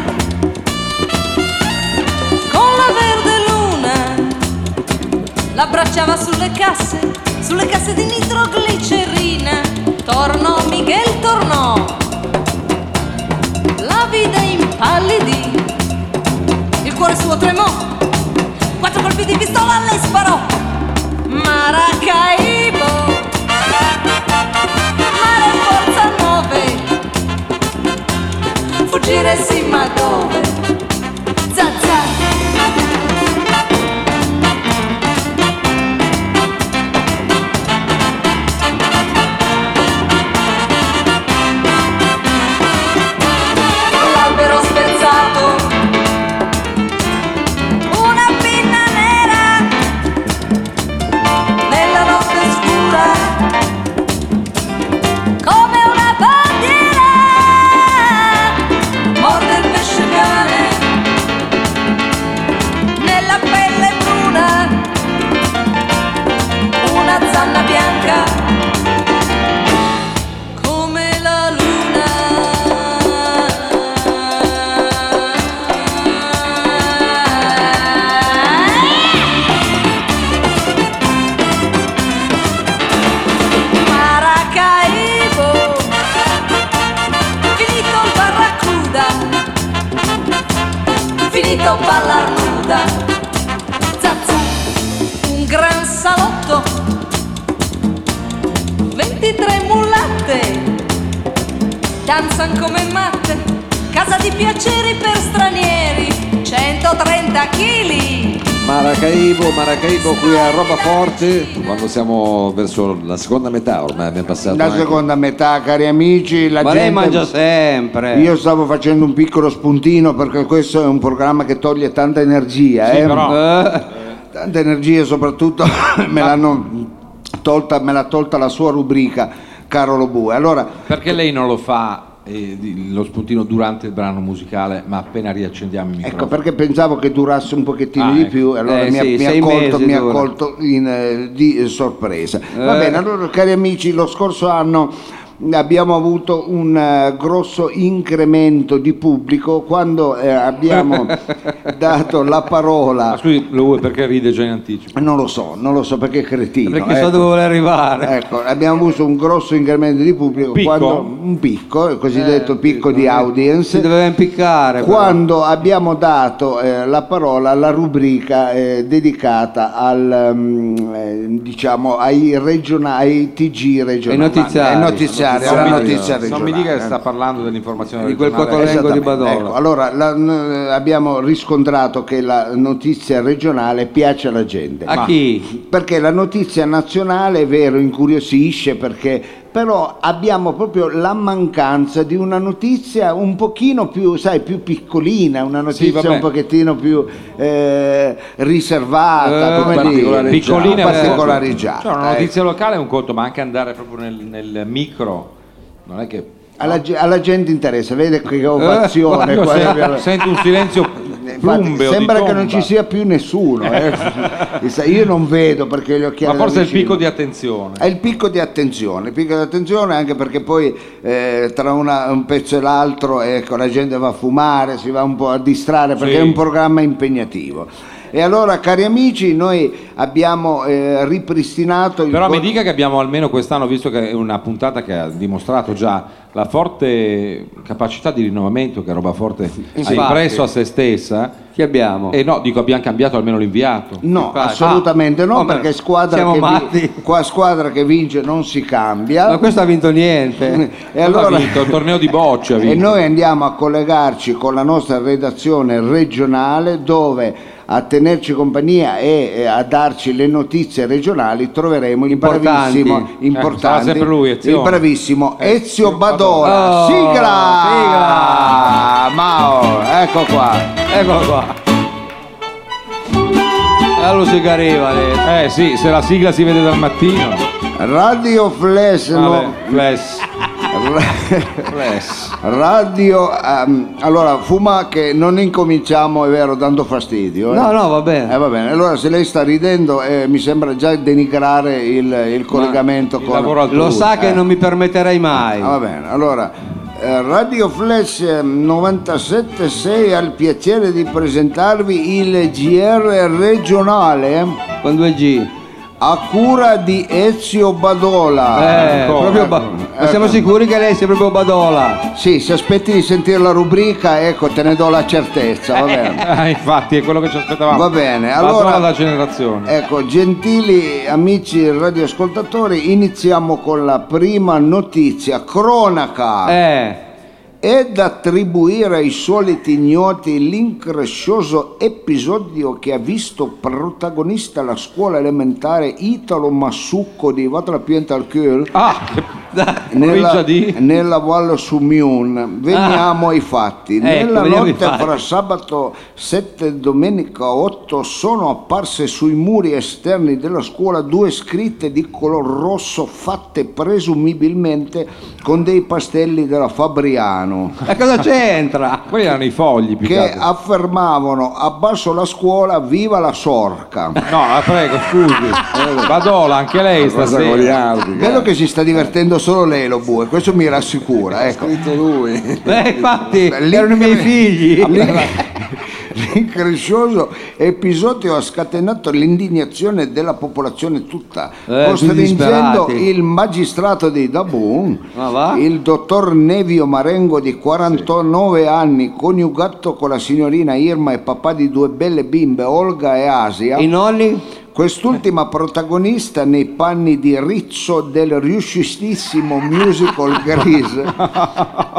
con la verde luna, l'abbracciava sulle casse, sulle casse di nitroglicerina. Tornò Miguel, tornò la vita impallidì, il cuore suo tremò, quattro colpi di pistola le sparò. Maracaibo, mare forza 9, fuggire sì ma dove? Zazza. l'albero spezzato, una pinna nera nella notte scura, come una bandiera, morde il 23 mulatte danzan come matte, casa di piaceri per stranieri, 130 kg. Maracaibo, Maracaibo qui a Roba Forte, quando siamo verso la seconda metà ormai abbiamo passato. La anche- seconda metà, cari amici, la Ma gente... lei mangia sempre. Io stavo facendo un piccolo spuntino perché questo è un programma che toglie tanta energia. eh. Eh, Tanta energia soprattutto me l'hanno tolta, me l'ha tolta la sua rubrica, caro Lobue. Allora, Perché lei non lo fa eh, di- lo spuntino durante il brano musicale, ma appena riaccendiamo il microfono? ecco perché pensavo che durasse un pochettino Ah, di ecco. più e allora Eh, mi, ha, sì, mi ha sei colto, mesi mi ha dura. colto in, eh, di eh, sorpresa. Va Eh. bene, allora cari amici, lo scorso anno abbiamo avuto un eh, grosso incremento di pubblico quando eh, abbiamo dato la Ma parola... Ah, scusi, lo vuoi perché ride già in anticipo? Non lo so, non lo so perché è cretino. perché so ecco. dove vuole arrivare. Ecco, abbiamo avuto un grosso incremento di pubblico, Picco? quando, un picco, il Eh, cosiddetto picco di Si audience, doveva Ecco. impiccare. però. quando abbiamo dato eh, la parola alla rubrica eh, dedicata al, mm, eh, diciamo, ai, regiona- ai TG regionali. Ai notiziari. Ai notiziari, Non alla mi dica- notizia Non regionale. eh. mi dica che sta parlando dell'informazione Di quel regionale. quattrolengo di Esattamente, Badola. ecco, allora la- n- abbiamo riscontrato che la notizia regionale piace alla gente. A chi? Perché la notizia nazionale è vero, incuriosisce, perché però abbiamo proprio la mancanza di una notizia un pochino più, sai, più piccolina, una notizia vabbè. un pochettino più eh, riservata, Eh, Esatto, come dire, Piccolina un po' e particolareggiata. Cioè, una ecco. notizia locale è un conto, ma anche andare proprio nel, nel micro. Non è che. Alla, ge- alla gente interessa, vede che Guarda, ovazione. io qua- sen- Eh, sento un silenzio Infatti, plumbeo. di sembra che tomba. non ci sia più nessuno. eh. Io non vedo perché gli occhiali. Ma forse da è il vicino. picco di attenzione. È il picco di attenzione, il picco di attenzione anche perché poi eh, tra una- un pezzo e l'altro ecco, la gente va a fumare, si va un po' a distrarre perché Sì. è un programma impegnativo. E allora cari amici noi abbiamo eh, ripristinato il... Però mi co- dica che abbiamo almeno quest'anno, visto che è una puntata che ha dimostrato già la forte capacità di rinnovamento che Roba Forte ha Infatti. impresso a se stessa. Chi abbiamo? Eh, E no, dico, abbiamo cambiato almeno l'inviato. No, Infatti. assolutamente Ah, oh, no, vabbè, perché squadra siamo che, matti. qua squadra che vince non si Ma cambia. questo ha vinto niente. E Cosa allora... ha vinto? Il torneo di bocce ha E vinto. noi andiamo a collegarci con la nostra redazione regionale dove a tenerci compagnia e eh, a darci le notizie regionali troveremo il Importanti. bravissimo, Eh, sarà importante, sempre lui, Ezio. il bravissimo Ezio Badola. Badola. Oh, sigla! sigla! Mao, ecco qua. Eccolo qua. Allora si arriva lì. Eh sì, se la sigla si vede dal mattino. Radio Flash, no, Vabbè, flash. Flash. Radio, ehm, allora fuma che non incominciamo, è vero, dando fastidio. eh. No, no, va Eh, bene. va bene, allora se lei sta ridendo eh, mi sembra già denigrare il, il collegamento il con... lavoro al- Lo sa che eh. non mi permetterei mai. Ah, va bene, allora eh, Radio Flash eh, 976 ha il piacere di presentarvi il GR regionale eh, Con 2G. a cura di Ezio Badola. Eh, ecco, proprio ecco, Ba- Ma ecco. siamo sicuri che lei sia proprio Badola? Sì, se aspetti di sentire la rubrica, ecco, te ne do la certezza, Eh, va bene. Ah, infatti è quello che ci aspettavamo. Va bene, Madonna allora... da generazione. Ecco, gentili amici radioascoltatori, iniziamo con la prima notizia, cronaca. Eh, È da attribuire ai soliti ignoti l'increscioso episodio che ha visto protagonista la scuola elementare Italo Massucco di Vatrapienta al Chiel Ah, che nella, provincia di... nella Valle Sumion. Veniamo ai fatti. Ecco, nella veniamo ai notte fatti. fra sabato 7 e domenica 8 sono apparse sui muri esterni della scuola due scritte di color rosso fatte presumibilmente con dei pastelli della Fabriano e cosa c'entra? ah, Quelli erano i fogli più che che altro. affermavano abbasso la scuola, viva la sorca. No, la prego, scusi. Badola, anche lei Cosa con gli stasera. Ah, altri? Vedo che si sta divertendo solo lei, lo bue, questo mi rassicura. Ecco. scritto lui. Eh, infatti, Lì- erano i miei figli. L'increscioso episodio ha scatenato l'indignazione della popolazione tutta, Eh, costringendo tutti disperati. il magistrato di Dabun, Ma va? il dottor Nevio Marengo di 49 anni, coniugato con la signorina Irma e papà di due belle bimbe, Olga e Asia, I nonni? Quest'ultima protagonista nei panni di Rizzo del riuscitissimo musical Grease,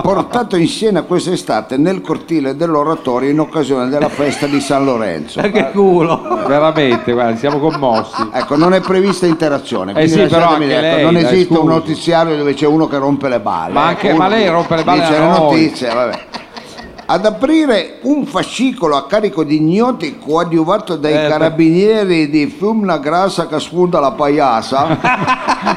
portato in scena quest'estate nel cortile dell'oratorio in occasione della festa di San Lorenzo. Eh, che culo! Veramente, guarda, siamo commossi. Ecco, non è prevista interazione, Eh quindi sì, però lasciatemi anche detto, lei, non dai, esiste un scusi. notiziario dove c'è uno che rompe le balle. Ma eh, anche- uno ma lei rompe le balle dice a le noi. notizie, vabbè. Ad aprire un fascicolo a carico di ignoti coadiuvato dai Eh, beh. carabinieri di Fiumna Grassa che sfonda la paiasa.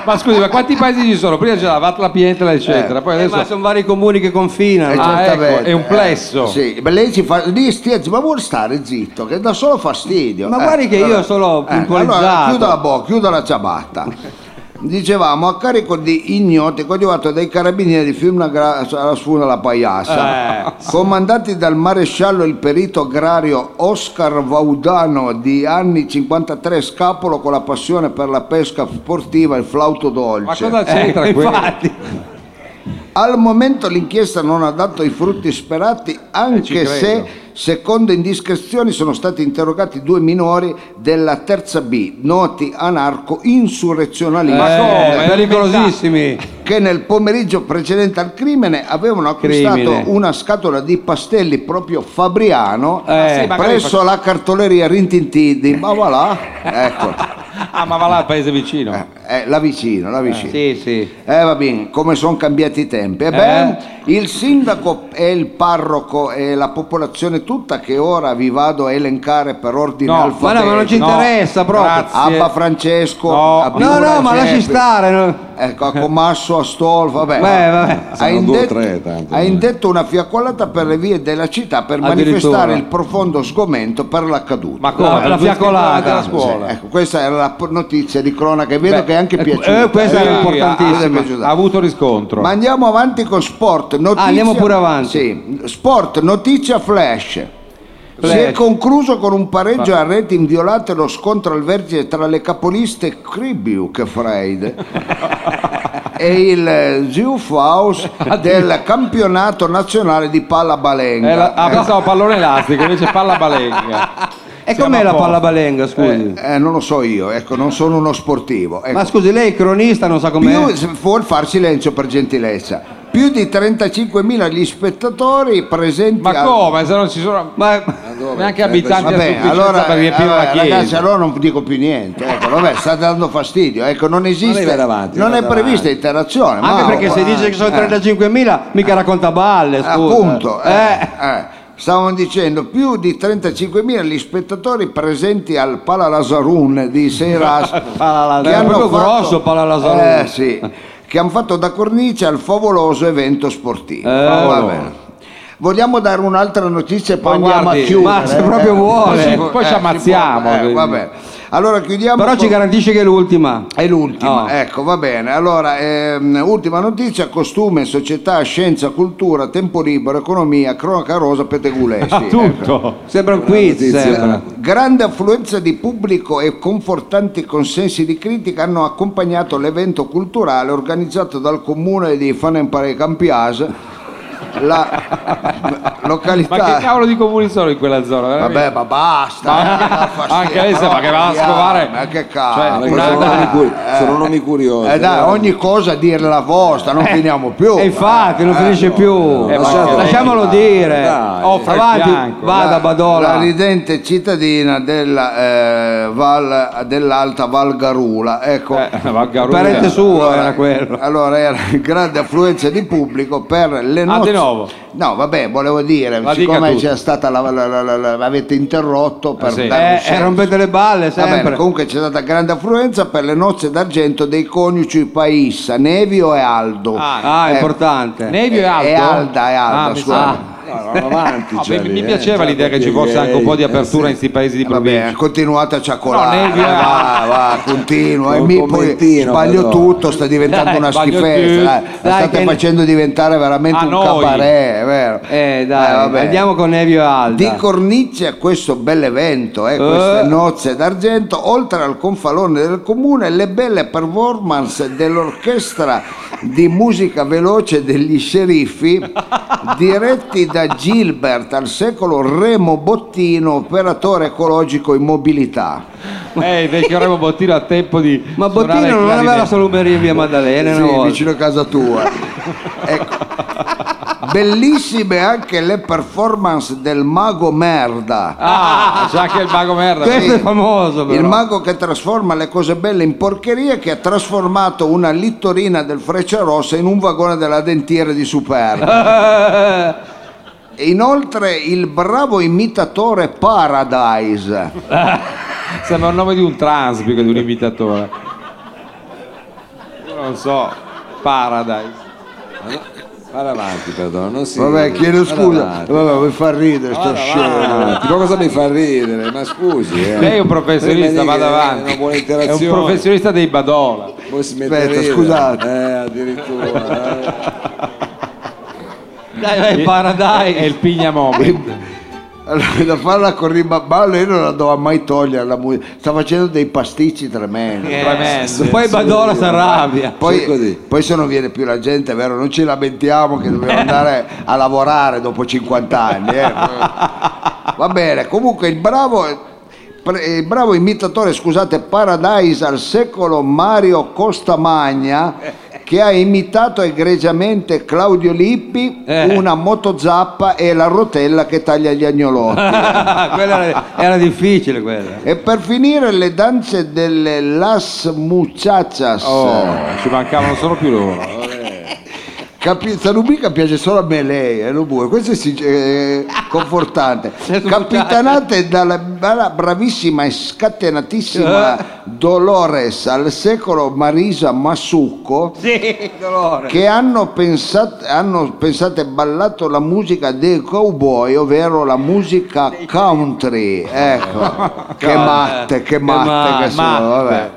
Ma scusi, ma quanti paesi ci sono? Prima c'era Vatla Pietra, eccetera, poi Eh, adesso... ma sono vari comuni che Eh, confinano. Ah, certamente, ecco, è un plesso. eh, sì, ma lei ci fa lì stia, ma vuol stare zitto, che dà solo fastidio. Ma Eh, guardi che allora- io sono eh, allora chiuda la puntualizzato. bocca, chiuda la ciabatta. Dicevamo a carico di ignoti coadiuvato dai carabinieri di Fiumna Gra- alla sfuna la Paiassa, Eh, comandati dal maresciallo il perito agrario Oscar Vaudano di anni 53, scapolo con la passione per la pesca sportiva e il flauto Ma dolce. cosa c'entra Eh, quello? infatti. Al momento l'inchiesta non ha dato i frutti sperati, anche Eh, ci se, credo. secondo indiscrezioni, sono stati interrogati due minori della terza B, noti anarco-insurrezionalisti, Ma come? Eh, pericolosissimi. che nel pomeriggio precedente al crimine avevano acquistato Crimine. una scatola di pastelli proprio fabriano Eh, sì, magari presso la cartoleria Rintintidi. Ma voilà, ecco, Ah, ma va là il paese vicino. eh, la vicino, la vicino. Sì, sì. Eh va bene, come sono cambiati i tempi. Eh? Ebbene, il sindaco e il parroco e la popolazione tutta che ora vi vado a elencare per ordine No, ma no, Ma no, alfabetico. ma non ci No, interessa proprio. grazie. Abba Francesco, No. a Pigura No, no, ma Geppi, lasci stare. no. Ecco, a Commasso, a Stolfo, vabbè. Beh, vabbè. Ha, Sono due o indetto, tre, tanto. eh. ha indetto una fiaccolata per le vie della città per Addirittura. manifestare il profondo sgomento per l'accaduto. Ma come? La- la Per due fiaccolata. iscritti alla scuola. Sì, ecco, questa era la p- notizia di cronaca e vedo Beh, che è anche eh, piaciuta. eh, questa era Eh, importantissima. questa è Ha piaciuta. avuto riscontro. Ma andiamo avanti con sport. Notizia, Ah, andiamo pure avanti. Sì, sport, notizia flash. Si è Flash. concluso con un pareggio a reti inviolate lo scontro al vertice tra le capoliste Kribiuk Freid e il Zufaus del campionato nazionale di palla Eh, la- ah, balenga. pensavo pallone elastico, invece palla balenga. E Siamo com'è a la posto. palla balenga, scusi? Eh, non lo so io, ecco, non sono uno sportivo. ecco. Ma scusi, lei è cronista, non sa com'è? Più, se vuol far silenzio per gentilezza. Più di 35.000 gli spettatori presenti Ma al- come? Se non ci sono Ma neanche abitanti a Vabbè, sufficienza allora, eh, per riempire allora, la chiesa. ragazzi, allora non dico più niente. Ecco, vabbè, sta dando fastidio. Ecco, non esiste, Ma lei va avanti, non va è avanti. prevista interazione. anche Mauro. perché se dice che sono 35.000, mica racconta balle, scusa. eh. Appunto, eh, Eh. eh, stavamo dicendo più di 35.000 gli spettatori presenti al Pala Lazarun di Seras. Palalasarun. È proprio grosso Pala Lazarun. Eh, sì, che hanno fatto da cornice al favoloso evento sportivo. Eh, Va no. bene. Vogliamo dare un'altra notizia e poi Ma andiamo guardi, a chiudere. ma se eh? proprio vuole. si può- Poi ci si ammazziamo, può- eh, quindi. vabbè. Allora chiudiamo. Però ci con- garantisce che è l'ultima. è l'ultima, Oh. ecco va bene. Allora, ehm, ultima notizia: costume, società, scienza, cultura, tempo libero, economia, cronaca Ah, rosa, petegulessi. ecco. tutto. Sembra un quiz. notizia. sembra. Grande affluenza di pubblico e confortanti consensi di critica hanno accompagnato l'evento culturale organizzato dal comune di Fanempare Campias, la località. Ma che cavolo di comuni sono in quella zona? veramente? Vabbè, ma basta, eh, anche, dà fastidio, anche lei sa però che va a andiamo, scovare. Ma che Cioè, cavolo! Perché sono, Guarda. nomi curi- sono nomi curiosi. Eh dai, ogni cosa dire la vostra, non finiamo più. Eh. E infatti, non finisce più. Eh, ma Lasciatelo- che- Lasciamolo dire. Oh, Dai. Offre il Avanti, fianco. vada La Badola. ridente cittadina della, eh, Val- dell'Alta Valgarula, ecco. Eh, Val Garula. Parente suo Allora, era quello. Allora era grande affluenza di pubblico per le Ah, nozze. di nuovo? No, vabbè, volevo dire, La dica siccome tutta. c'è stata la, la- la- la- la- avete interrotto per Ah, sì. dare un Eh, eh, senso. rompete le balle Va bene, sempre. comunque c'è stata grande affluenza per le nozze d'argento dei coniugi Paissa, Nevio e Aldo. Ah, Eh, importante. Nevio e è Aldo. Alda, è Alda, mi scusa. sa- No, no, avanti, No, cioè, mi, lì, mi eh, piaceva cioè, l'idea che perché ci fosse anche un po' di lei- eh, apertura in questi paesi di Va provincia. bene, continuate a ciacolare. No, Nevio e va, Aldo. va, continua. E Un mi poi commentino, sbaglio però. tutto, sta diventando Dai, una sbaglio schifezza. tu. Dai, la Dai, state che- facendo diventare veramente A un noi. cabaret, è vero. Eh, dai, Eh, dai. vabbè. Andiamo con Nevio Alda. Di cornice a questo bel evento, eh, queste Eh. nozze d'argento, oltre al confalone del comune, le belle performance dell'orchestra di musica veloce degli sceriffi, diretti da Gilbert al secolo Remo Bottino, operatore ecologico in mobilità. Eh, il vecchio Remo Bottino ha tempo di. Ma suonare Bottino il non aveva la clarinetto. salumeria in via Maddalena una Sì, volta. vicino a casa tua. Ecco. Bellissime anche le performance del mago merda. Ah, c'è anche il mago merda. Sì. Questo è famoso però. Il mago che trasforma le cose belle in porcherie che ha trasformato una littorina del Freccia Rossa in un vagone della dentiera di Superga. E inoltre il bravo imitatore Paradise. Sembra il nome di un trans più che di un imitatore. Io non so. Paradise. Vada avanti, perdono. Non si... Vabbè, chiedo vada scusa. avanti. Vabbè, mi fa ridere sto Vada scemo. avanti, ma cosa mi fa ridere? Ma scusi, eh. Lei è un professionista, Prima di vada che lei avanti. è Una buona È interazione. un professionista dei Badola. Voi si mette a Aspetta, ridere. scusate. Eh, addirittura. eh. Dai, vai, Paradise. È il pigna moment. Allora, da farla con Rimabballo io non la doveva mai togliere la musica. Sta facendo dei pasticci tremendi. Tremendo. Poi Badola si arrabbia. Sì, così. Poi, poi se non viene più la gente, è vero, non ci lamentiamo che dobbiamo andare a lavorare dopo 50 anni. eh. Va bene, comunque il bravo, pre- il bravo imitatore, scusate, Paradise al secolo Mario Costamagna che ha imitato egregiamente Claudio Lippi, Eh. una motozappa e la rotella che taglia gli agnolotti. quella era, era difficile quella. E per finire le danze delle Las Muchachas. Oh, ci mancavano solo più loro. Questa rubrica piace solo a me lei, eh, lo vuoi. questo è sin- eh, confortante. Capitanate dalla, dalla bravissima e scatenatissima Dolores al secolo Marisa Masucco Sì, dolore. che hanno pensato, hanno pensato e ballato la musica dei cowboy, ovvero la musica country. Ecco, che matte, che matte che sono, matte. vabbè.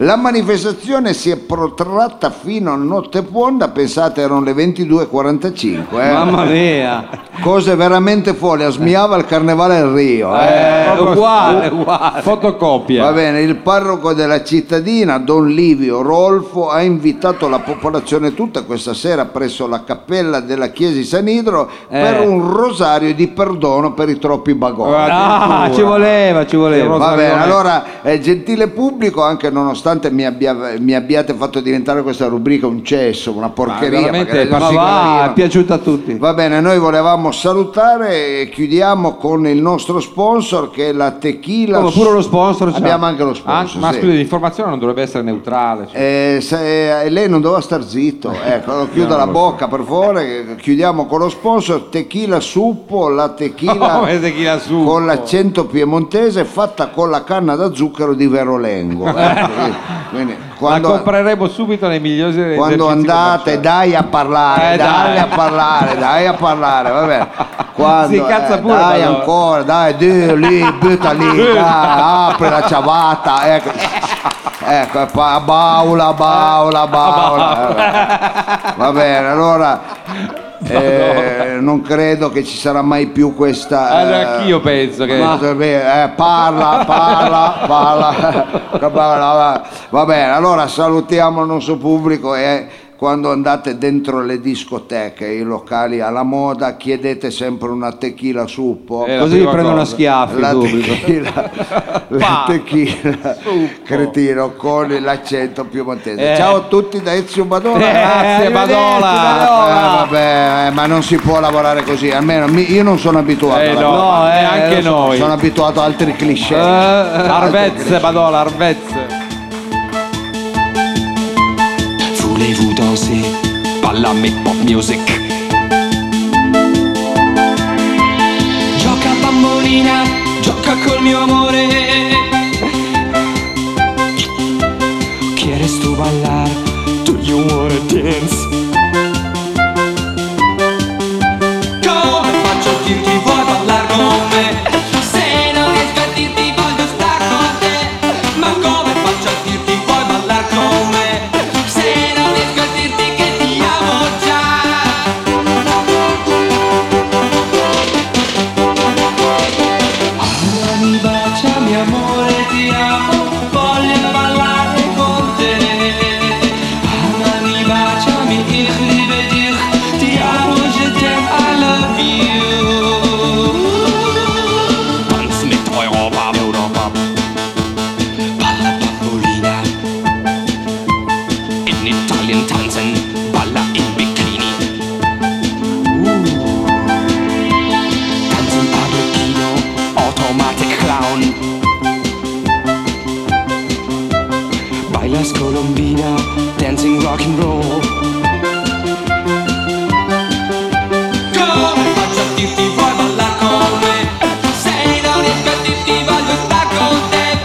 La manifestazione si è protratta fino a notte fonda, pensate erano le 22.45, eh. Mamma mia. cose veramente folli, asmiava il carnevale a Rio. eh. Eh, uguale, uguale. Fotocopia. Va bene, il parroco della cittadina, Don Livio Rolfo, ha invitato la popolazione tutta questa sera presso la cappella della chiesa di San Idro Eh. per un rosario di perdono per i troppi bagoni. Ah, ci voleva, ci voleva. Va bene, allora, eh, gentile pubblico, anche nonostante mi, abbia- mi abbiate fatto diventare questa rubrica un cesso, una porcheria, veramente magari non Ma si va, capiva. è piaciuta a tutti. Va bene, noi volevamo salutare e chiudiamo con il nostro sponsor che è la Tequila. Come pure lo sponsor. cioè. c'ha. Abbiamo anche lo Ah, sponsor. ma sì. scusi, l'informazione non dovrebbe essere neutrale. cioè- Eh, se- eh, lei non doveva star zitto, ecco, chiuda la bocca per favore, eh, chiudiamo con lo sponsor Tequila Suppo, la tequila Come se chi la su. con l'accento piemontese fatta con la canna da zucchero di Verolengo. ecco, quindi- quindi La quando, compreremo subito nei migliori quando esercizi andate commerciali. dai a parlare, Eh, dai. dai. a parlare, dai a parlare, va bene. Quando, eh, Si incazza pure, dai allora. ancora, dai, di lì, butta lì, dai, apri la ciabatta, ecco. Ecco, e poi baula, baula, baula. eh. Va bene, allora eh, non credo che ci sarà mai più questa. Allora, anch'io penso che- Ma- eh, parla, parla, parla. Va bene, allora salutiamo il nostro pubblico e quando andate dentro le discoteche, i locali alla moda, chiedete sempre una tequila suppo. Eh, Così la vi prima prendono a cosa. schiaffi La subito. tequila, la tequila, cretino con l'accento piemontese. Eh. Ciao a tutti da Ezio Badola. Eh, Grazie, arrivederci, Badola. Eh, vabbè, eh, ma non si può lavorare così, almeno mi- io non sono abituato. Eh alla- no, No, eh, anche lo so, noi. Sono abituato a altri cliché. Eh, Arvezze, Badola, Arvezze. Voulez-vous danser par la mes pop music? Gioca bambolina, gioca col mio amore. Quieres tu bailar? Do you wanna dance? Come faccio a dirti vuoi ballare con me? Se non riesco a dirti voglio star con te Ma come faccio a dirti vuoi ballare con me? Se non riesco a dirti che ti amo già and roll. Come faccia più ti vuoi ballare con me? Sei non riesco ti voglio stare con te.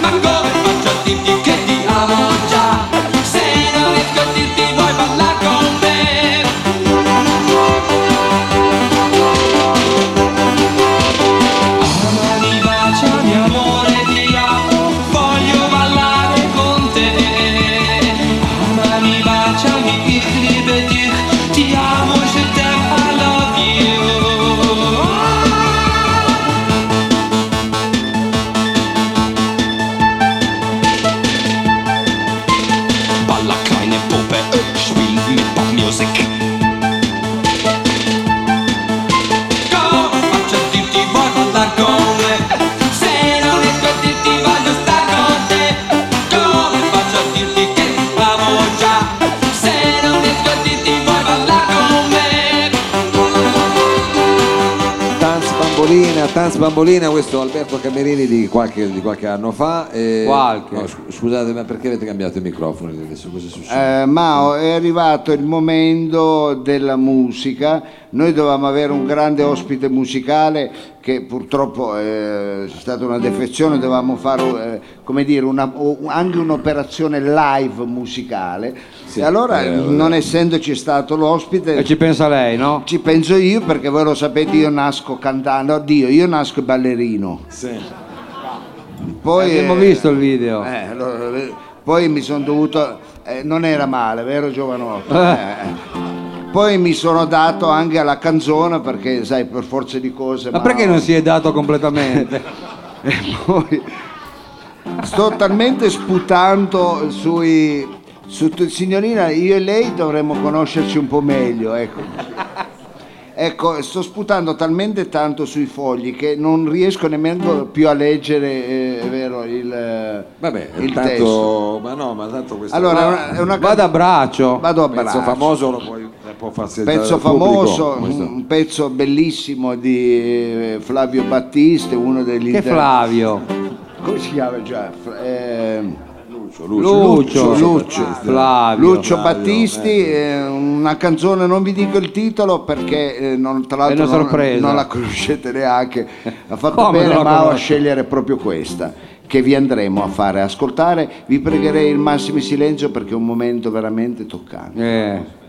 Ma come faccio a dirti che ti amo già? Sei non riesco ti vuoi ballare con me? Amami, baciami, amore, ti amo, voglio ballare con te. Amami, baciami, ich liebe dich, ti amo, je t'aime, I love you. Balla kleine Puppe, spiel mit Popmusik. Come faccio a dirti vuoi ballare con me? Se non riesco a dirti voglio stare con te. Come faccio a dirti che ti amo già? Se non riesco a dirti vuoi ballare con me? Tanz Bambolina, Tanz Bambolina, questo Alberto Camerini di qualche, di qualche anno fa. eh, Qualche. no, scu- scusate, ma perché avete cambiato i microfoni adesso? Cosa succede? Eh, Mao, è arrivato il momento della musica. Noi dovevamo avere un grande ospite musicale che purtroppo eh, è stata una defezione, dovevamo fare eh, come dire, una- o- anche un'operazione live musicale. e allora, eh, non essendoci stato l'ospite, E ci pensa lei, no? ci penso io perché voi lo sapete, io nasco cantando, oddio, io nasco ballerino. Poi, Abbiamo eh, visto il video. eh, allora, eh, poi mi sono dovuto. eh, non era male, vero giovanotto? Eh, eh. Poi mi sono dato anche alla canzone perché, sai, per forza di cose. Ma perché non si è dato completamente? Sto talmente sputando sui. Su, tu- signorina, io e lei dovremmo conoscerci un po' meglio, ecco. Ecco, sto sputando talmente tanto sui fogli che non riesco nemmeno più a leggere, eh, è vero, il, eh, Vabbè, il tanto, testo. ma no, ma tanto questo Allora, è una- è una Vado a braccio. Vado a Pezzo braccio. famoso lo puoi, può farsi pezzo dal pubblico, famoso, mm. questo. un pezzo bellissimo di eh, Flavio Battisti, uno degli Che inter- Flavio? Come si chiama già? Fra- ehm, Lucio, Lucio. Lucio, Lucio, Lucio, Flavio. Lucio Flavio, Battisti, eh, una canzone, non vi dico il titolo perché eh, non, tra l'altro una non, sorpresa. non la conoscete neanche, ha fatto Come non bene la Mao a conosco? scegliere proprio questa che vi andremo a fare ascoltare, vi pregherei il massimo silenzio perché è un momento veramente toccante. Eh.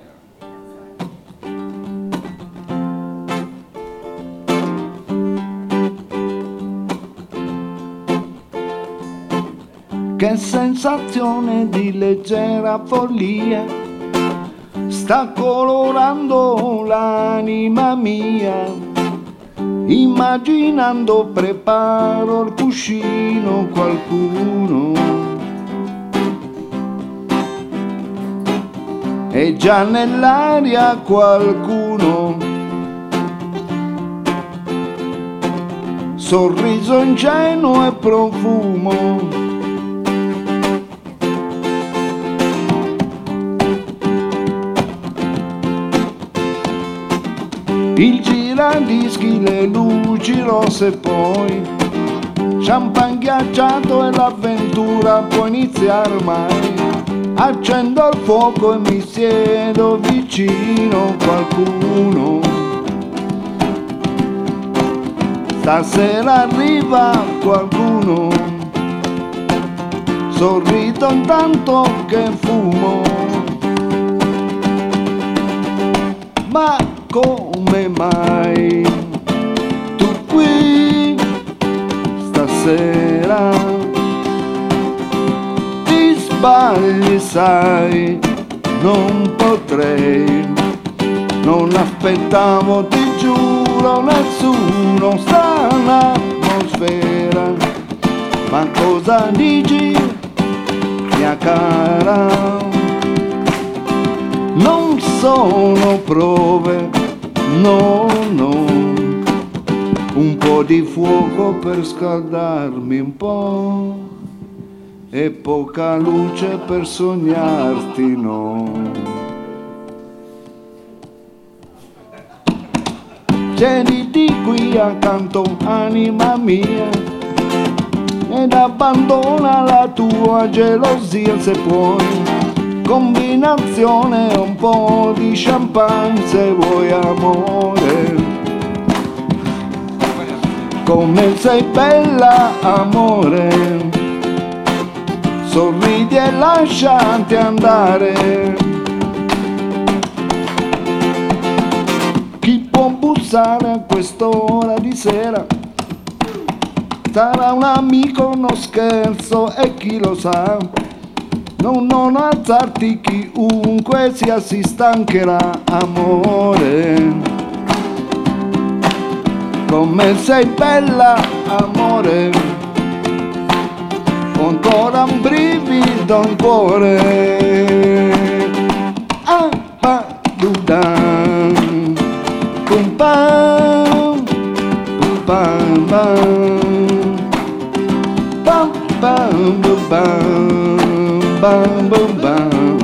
Che sensazione di leggera follia sta colorando l'anima mia. Immaginando preparo al cuscino qualcuno. E già nell'aria qualcuno Sorriso ingenuo e profumo. Il giradischi, le luci rosse e poi Champagne ghiacciato e l'avventura può iniziare ormai Accendo il fuoco e mi siedo vicino a qualcuno Stasera arriva qualcuno Sorrido intanto che fumo ma come mai tu qui stasera ti sbagli sai non potrei non aspettavo ti giuro nessuno sta l'atmosfera ma cosa dici mia cara non sono prove, no, no. Un po' di fuoco per scaldarmi un po' e poca luce per sognarti, no. Tieniti qui accanto, anima mia, ed abbandona la tua gelosia se puoi combinazione un po' di champagne se vuoi amore come sei bella amore sorridi e lasciati andare chi può bussare a quest'ora di sera sarà un amico uno scherzo e chi lo sa non, non alzarti chiunque sia si stancherà amore come sei bella amore ho ancora un brivido al cuore ah pa du dan pum pam pum pam pam pam pam pum pam pam pum pam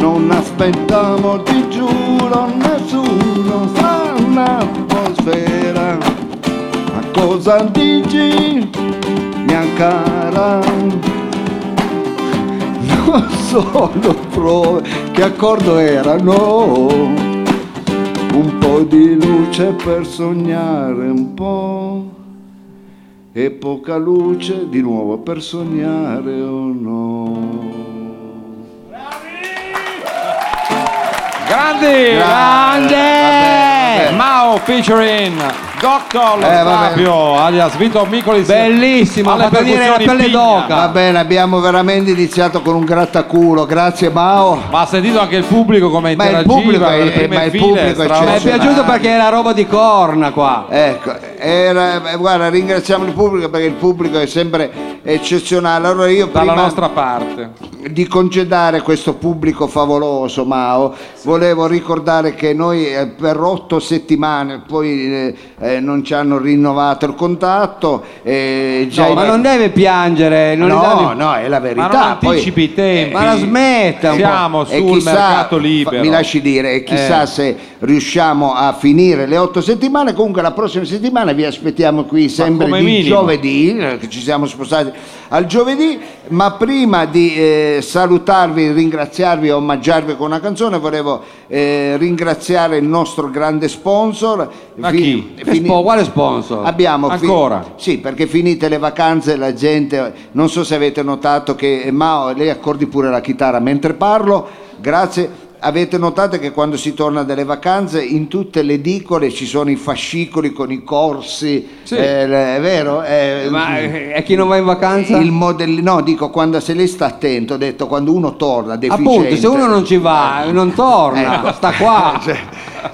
non aspettavo ti giuro nessuno fa un'atmosfera ma cosa dici mia cara non solo prove che accordo erano un po' di luce per sognare un po' e poca luce di nuovo per sognare o no Grandi! Grande! Mao featuring Dottor Lo Eh, vabbè. Sapio, alias Vito Micoli. Bellissimo, alle fa venire la percussioni pelle Pigna. d'oca. Va bene, abbiamo veramente iniziato con un grattaculo. Grazie Mao. Ma ha sentito anche il pubblico come Ma il interagiva pubblico è- con le è- prime ma il file, pubblico è straordinario. eccezionale. Mi è piaciuto perché era roba di corna qua. Ecco, era- eh, guarda, ringraziamo il pubblico perché il pubblico è sempre eccezionale. Allora io dalla prima nostra parte. di congedare questo pubblico favoloso, Mao, volevo ricordare che noi eh, per otto settimane poi eh, eh, non ci hanno rinnovato il contatto. eh, già No, i- ma non deve piangere. Non No, gli dà- no, è la verità. Ma non Poi- Eh, anticipi i tempi. Ma la smetta un po'. Siamo E sul mercato libero. fa- Mi lasci dire, e chissà Eh. se riusciamo a finire le otto settimane. Comunque, la prossima settimana vi aspettiamo qui sempre come di minimo. giovedì, eh, che ci siamo spostati al giovedì. Ma prima di eh, salutarvi, ringraziarvi e omaggiarvi con una canzone, volevo eh, ringraziare il nostro grande sponsor. Ma Fi- chi? Che fini- spo- quale sponsor? Abbiamo fi- Ancora? sì, perché finite le vacanze la gente, non so se avete notato che eh, Mao, lei accordi pure la chitarra mentre parlo, grazie. Avete notato che quando si torna dalle vacanze in tutte le edicole ci sono i fascicoli con i corsi, eh, le- è vero? Eh, Ma è chi non va in vacanza? Il modelli- no, dico quando se lei sta attento, ho detto quando uno torna deficiente. Eh. Appunto, se uno non ci va, non torna, Ecco. sta qua.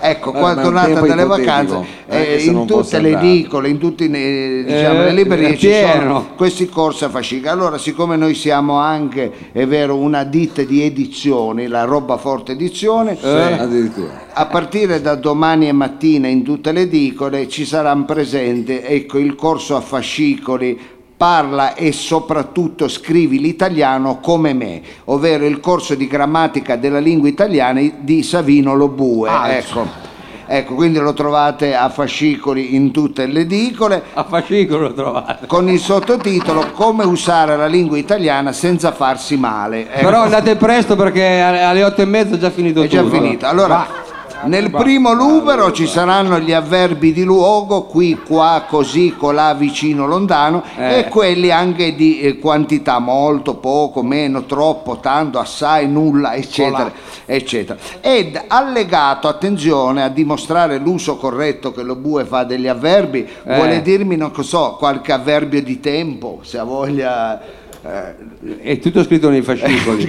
Ecco, Eh, quando ma è un tornata tempo dalle ipotetico, vacanze, anche eh, se in non fosse tutte le andato. edicole, in tutti eh, diciamo, Eh, le librerie è ci pieno. sono questi corsi a fascica. Allora, siccome noi siamo anche, è vero, una ditta di edizioni, la roba forte edizione, eh, addirittura. a partire da domani e mattina in tutte le edicole ci saranno presenti ecco, il corso a fascicoli parla e soprattutto scrivi l'italiano come me, ovvero il corso di grammatica della lingua italiana di Savino Lobue. Ah, ecco. Ecco, quindi lo trovate a fascicoli in tutte le edicole. A fascicolo lo trovate. Con il sottotitolo Come usare la lingua italiana senza farsi male. Ecco. Però andate presto perché alle otto e mezza è già finito È già tutto. finito. Allora, nel eh. Va. primo numero ci saranno gli avverbi di luogo, qui, qua, così, colà, vicino, lontano, Eh. e quelli anche di eh, quantità, molto, poco, meno, troppo, tanto, assai, nulla, eccetera, eccetera. Ed allegato, attenzione, a dimostrare l'uso corretto che lo bue fa degli avverbi, Eh. vuole dirmi, non so, qualche avverbio di tempo, se ha voglia... eh, È tutto scritto nei fascicoli.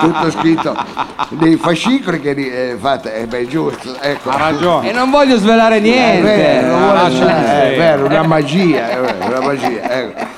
tutto scritto nei fascicoli che li- eh, fate, eh, beh, giusto, ecco. Ha ragione. E non voglio svelare Ah, niente. È vero, Ah, vuole- lascia eh, stare. è vero, una magia, è vero, una magia, ecco.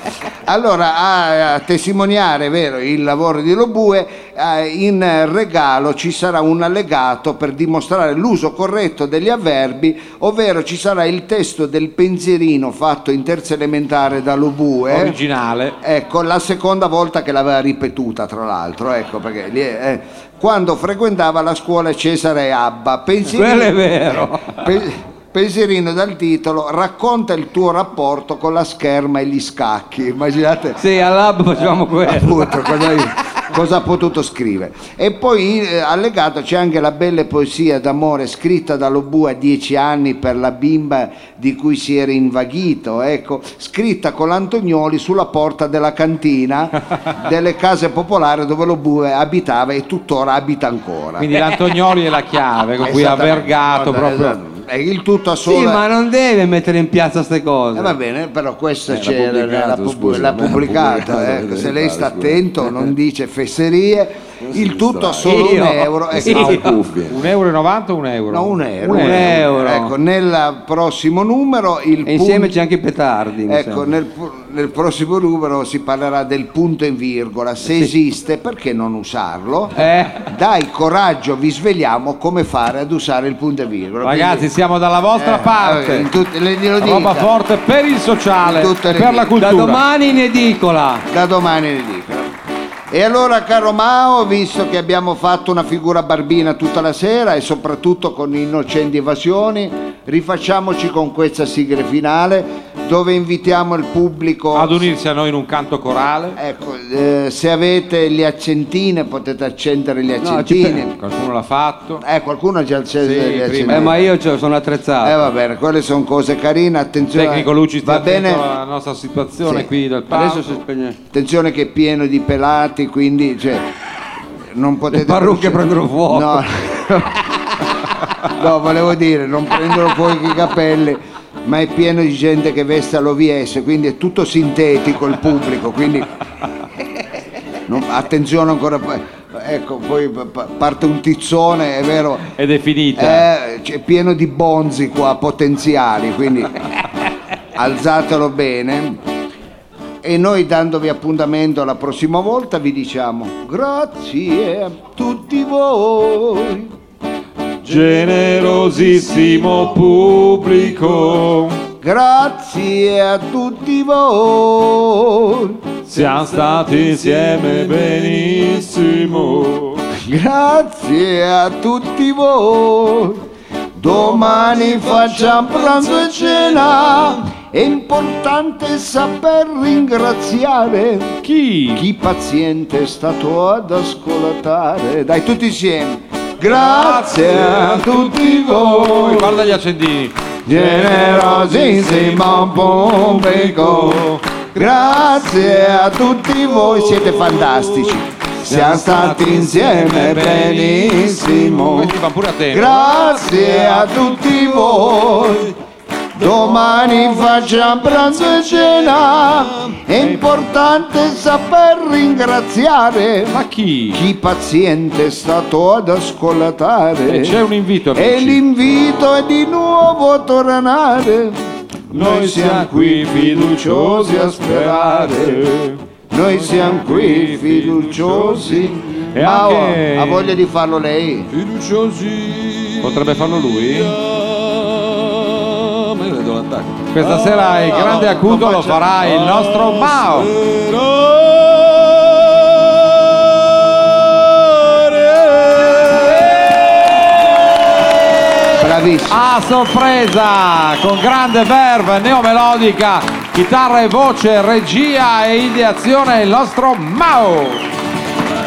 Allora, a, a testimoniare è vero, il lavoro di Lobue, eh, in regalo ci sarà un allegato per dimostrare l'uso corretto degli avverbi, ovvero ci sarà il testo del pensierino fatto in terza elementare da Lobue. Originale. Ecco, la seconda volta che l'aveva ripetuta, tra l'altro, ecco perché lì è- eh, quando frequentava la scuola Cesare Abba. Pensierino, Quello è vero. Pe- pensierino dal titolo racconta il tuo rapporto con la scherma e gli scacchi. Immaginate. Sì, al lab facevamo quello. Appunto, cosa- cosa ha potuto scrivere. E poi eh, allegato c'è anche la bella poesia d'amore scritta da Lobu a dieci anni per la bimba di cui si era invaghito, ecco, scritta con l'Antognoli sulla porta della cantina delle case popolari dove Lobu eh, abitava e tuttora abita ancora. Quindi l'Antonioli è la chiave con cui ha Esattamente. vergato Guarda, proprio. esatto. Eh, il tutto a sole Sì, ma non deve mettere in piazza queste cose. Eh, va bene, però questa Eh, c'è, l'ha, l'ha pubblicato, pub- scusa, l'ha ma l'ha pubblicato, pubblicata. ecco, eh, se lei sta scusa. attento, non dice fesserie. Il tutto a solo Io- un euro. Io- Ecco, Ah, Un euro e novanta o un euro? No, un euro. Un euro. Ecco, nel prossimo numero il E insieme punto- c'è anche Petardi. mi Ecco, sembra. nel, pu- nel prossimo numero si parlerà del punto e virgola. Se esiste, perché non usarlo? Eh, Dai coraggio, vi svegliamo come fare ad usare il punto e virgola. Ragazzi, Quindi- siamo dalla vostra Eh, parte. in tutte- le- glielo Roba dica. forte per il sociale, In tutte le per la dita. cultura. Da domani in edicola. Da domani in edicola. E allora, caro Mao, visto che abbiamo fatto una figura barbina tutta la sera e soprattutto con innocenti evasioni, rifacciamoci con questa sigla finale dove invitiamo il pubblico Ad unirsi a noi in un canto corale. Ecco. Eh, se avete le accentine potete accendere le No, accentine. ci- qualcuno l'ha fatto. eh, qualcuno ha già acceso Sì, le prima. accentine. Eh, ma io sono attrezzato. Eh va bene, quelle sono cose carine, Il attenzione. tecnico Luci sta cioè, va attento bene. alla nostra situazione Sì. qui del palco. Adesso si Attenzione che è pieno di pelati, quindi cioè, non potete... Le parrucche prendono fuoco. No, no, volevo dire, non prendono fuoco i capelli, ma è pieno di gente che veste all'OVS, quindi è tutto sintetico il pubblico, quindi non- attenzione ancora... Ecco, poi pa- pa- parte un tizzone, è vero. Ed è finita. Eh, c'è pieno di bonzi qua potenziali, quindi alzatelo bene. E noi dandovi appuntamento la prossima volta vi diciamo grazie a tutti voi. Generosissimo pubblico, Grazie a tutti voi. siamo stati insieme benissimo. Grazie a tutti voi. Domani facciamo pranzo e cena. È importante saper ringraziare chi? Chi paziente è stato ad ascoltare. Dai, tutti insieme. Grazie a tutti voi. Guarda gli accendini. Generosissimo pubblico, grazie a tutti voi, siete fantastici. Siamo stati insieme benissimo. Questi va pure a tempo. Grazie a tutti voi. Domani facciamo pranzo e cena. È importante saper ringraziare Ma chi? chi paziente è stato ad ascoltare. E c'è un invito, Eh. E amici. l'invito è di nuovo a tornare. Noi siamo qui fiduciosi a sperare. Noi siamo qui fiduciosi. E Ma oh, anche- ha voglia di farlo lei? Potrebbe farlo lui? Questa sera il grande acuto lo farà il nostro Mao. Bravissimo. A sorpresa, con grande verve neomelodica, chitarra e voce, regia e ideazione il nostro Mao.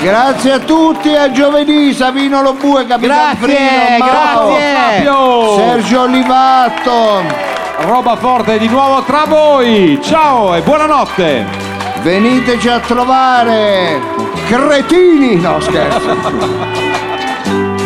Grazie a tutti, a giovedì Savino Lobue, Capitan Grazie, Frino, Mao, grazie. Fabio. Sergio Olivato. Roba forte di nuovo tra voi. Ciao e buonanotte. Veniteci a trovare, cretini! No, scherzo.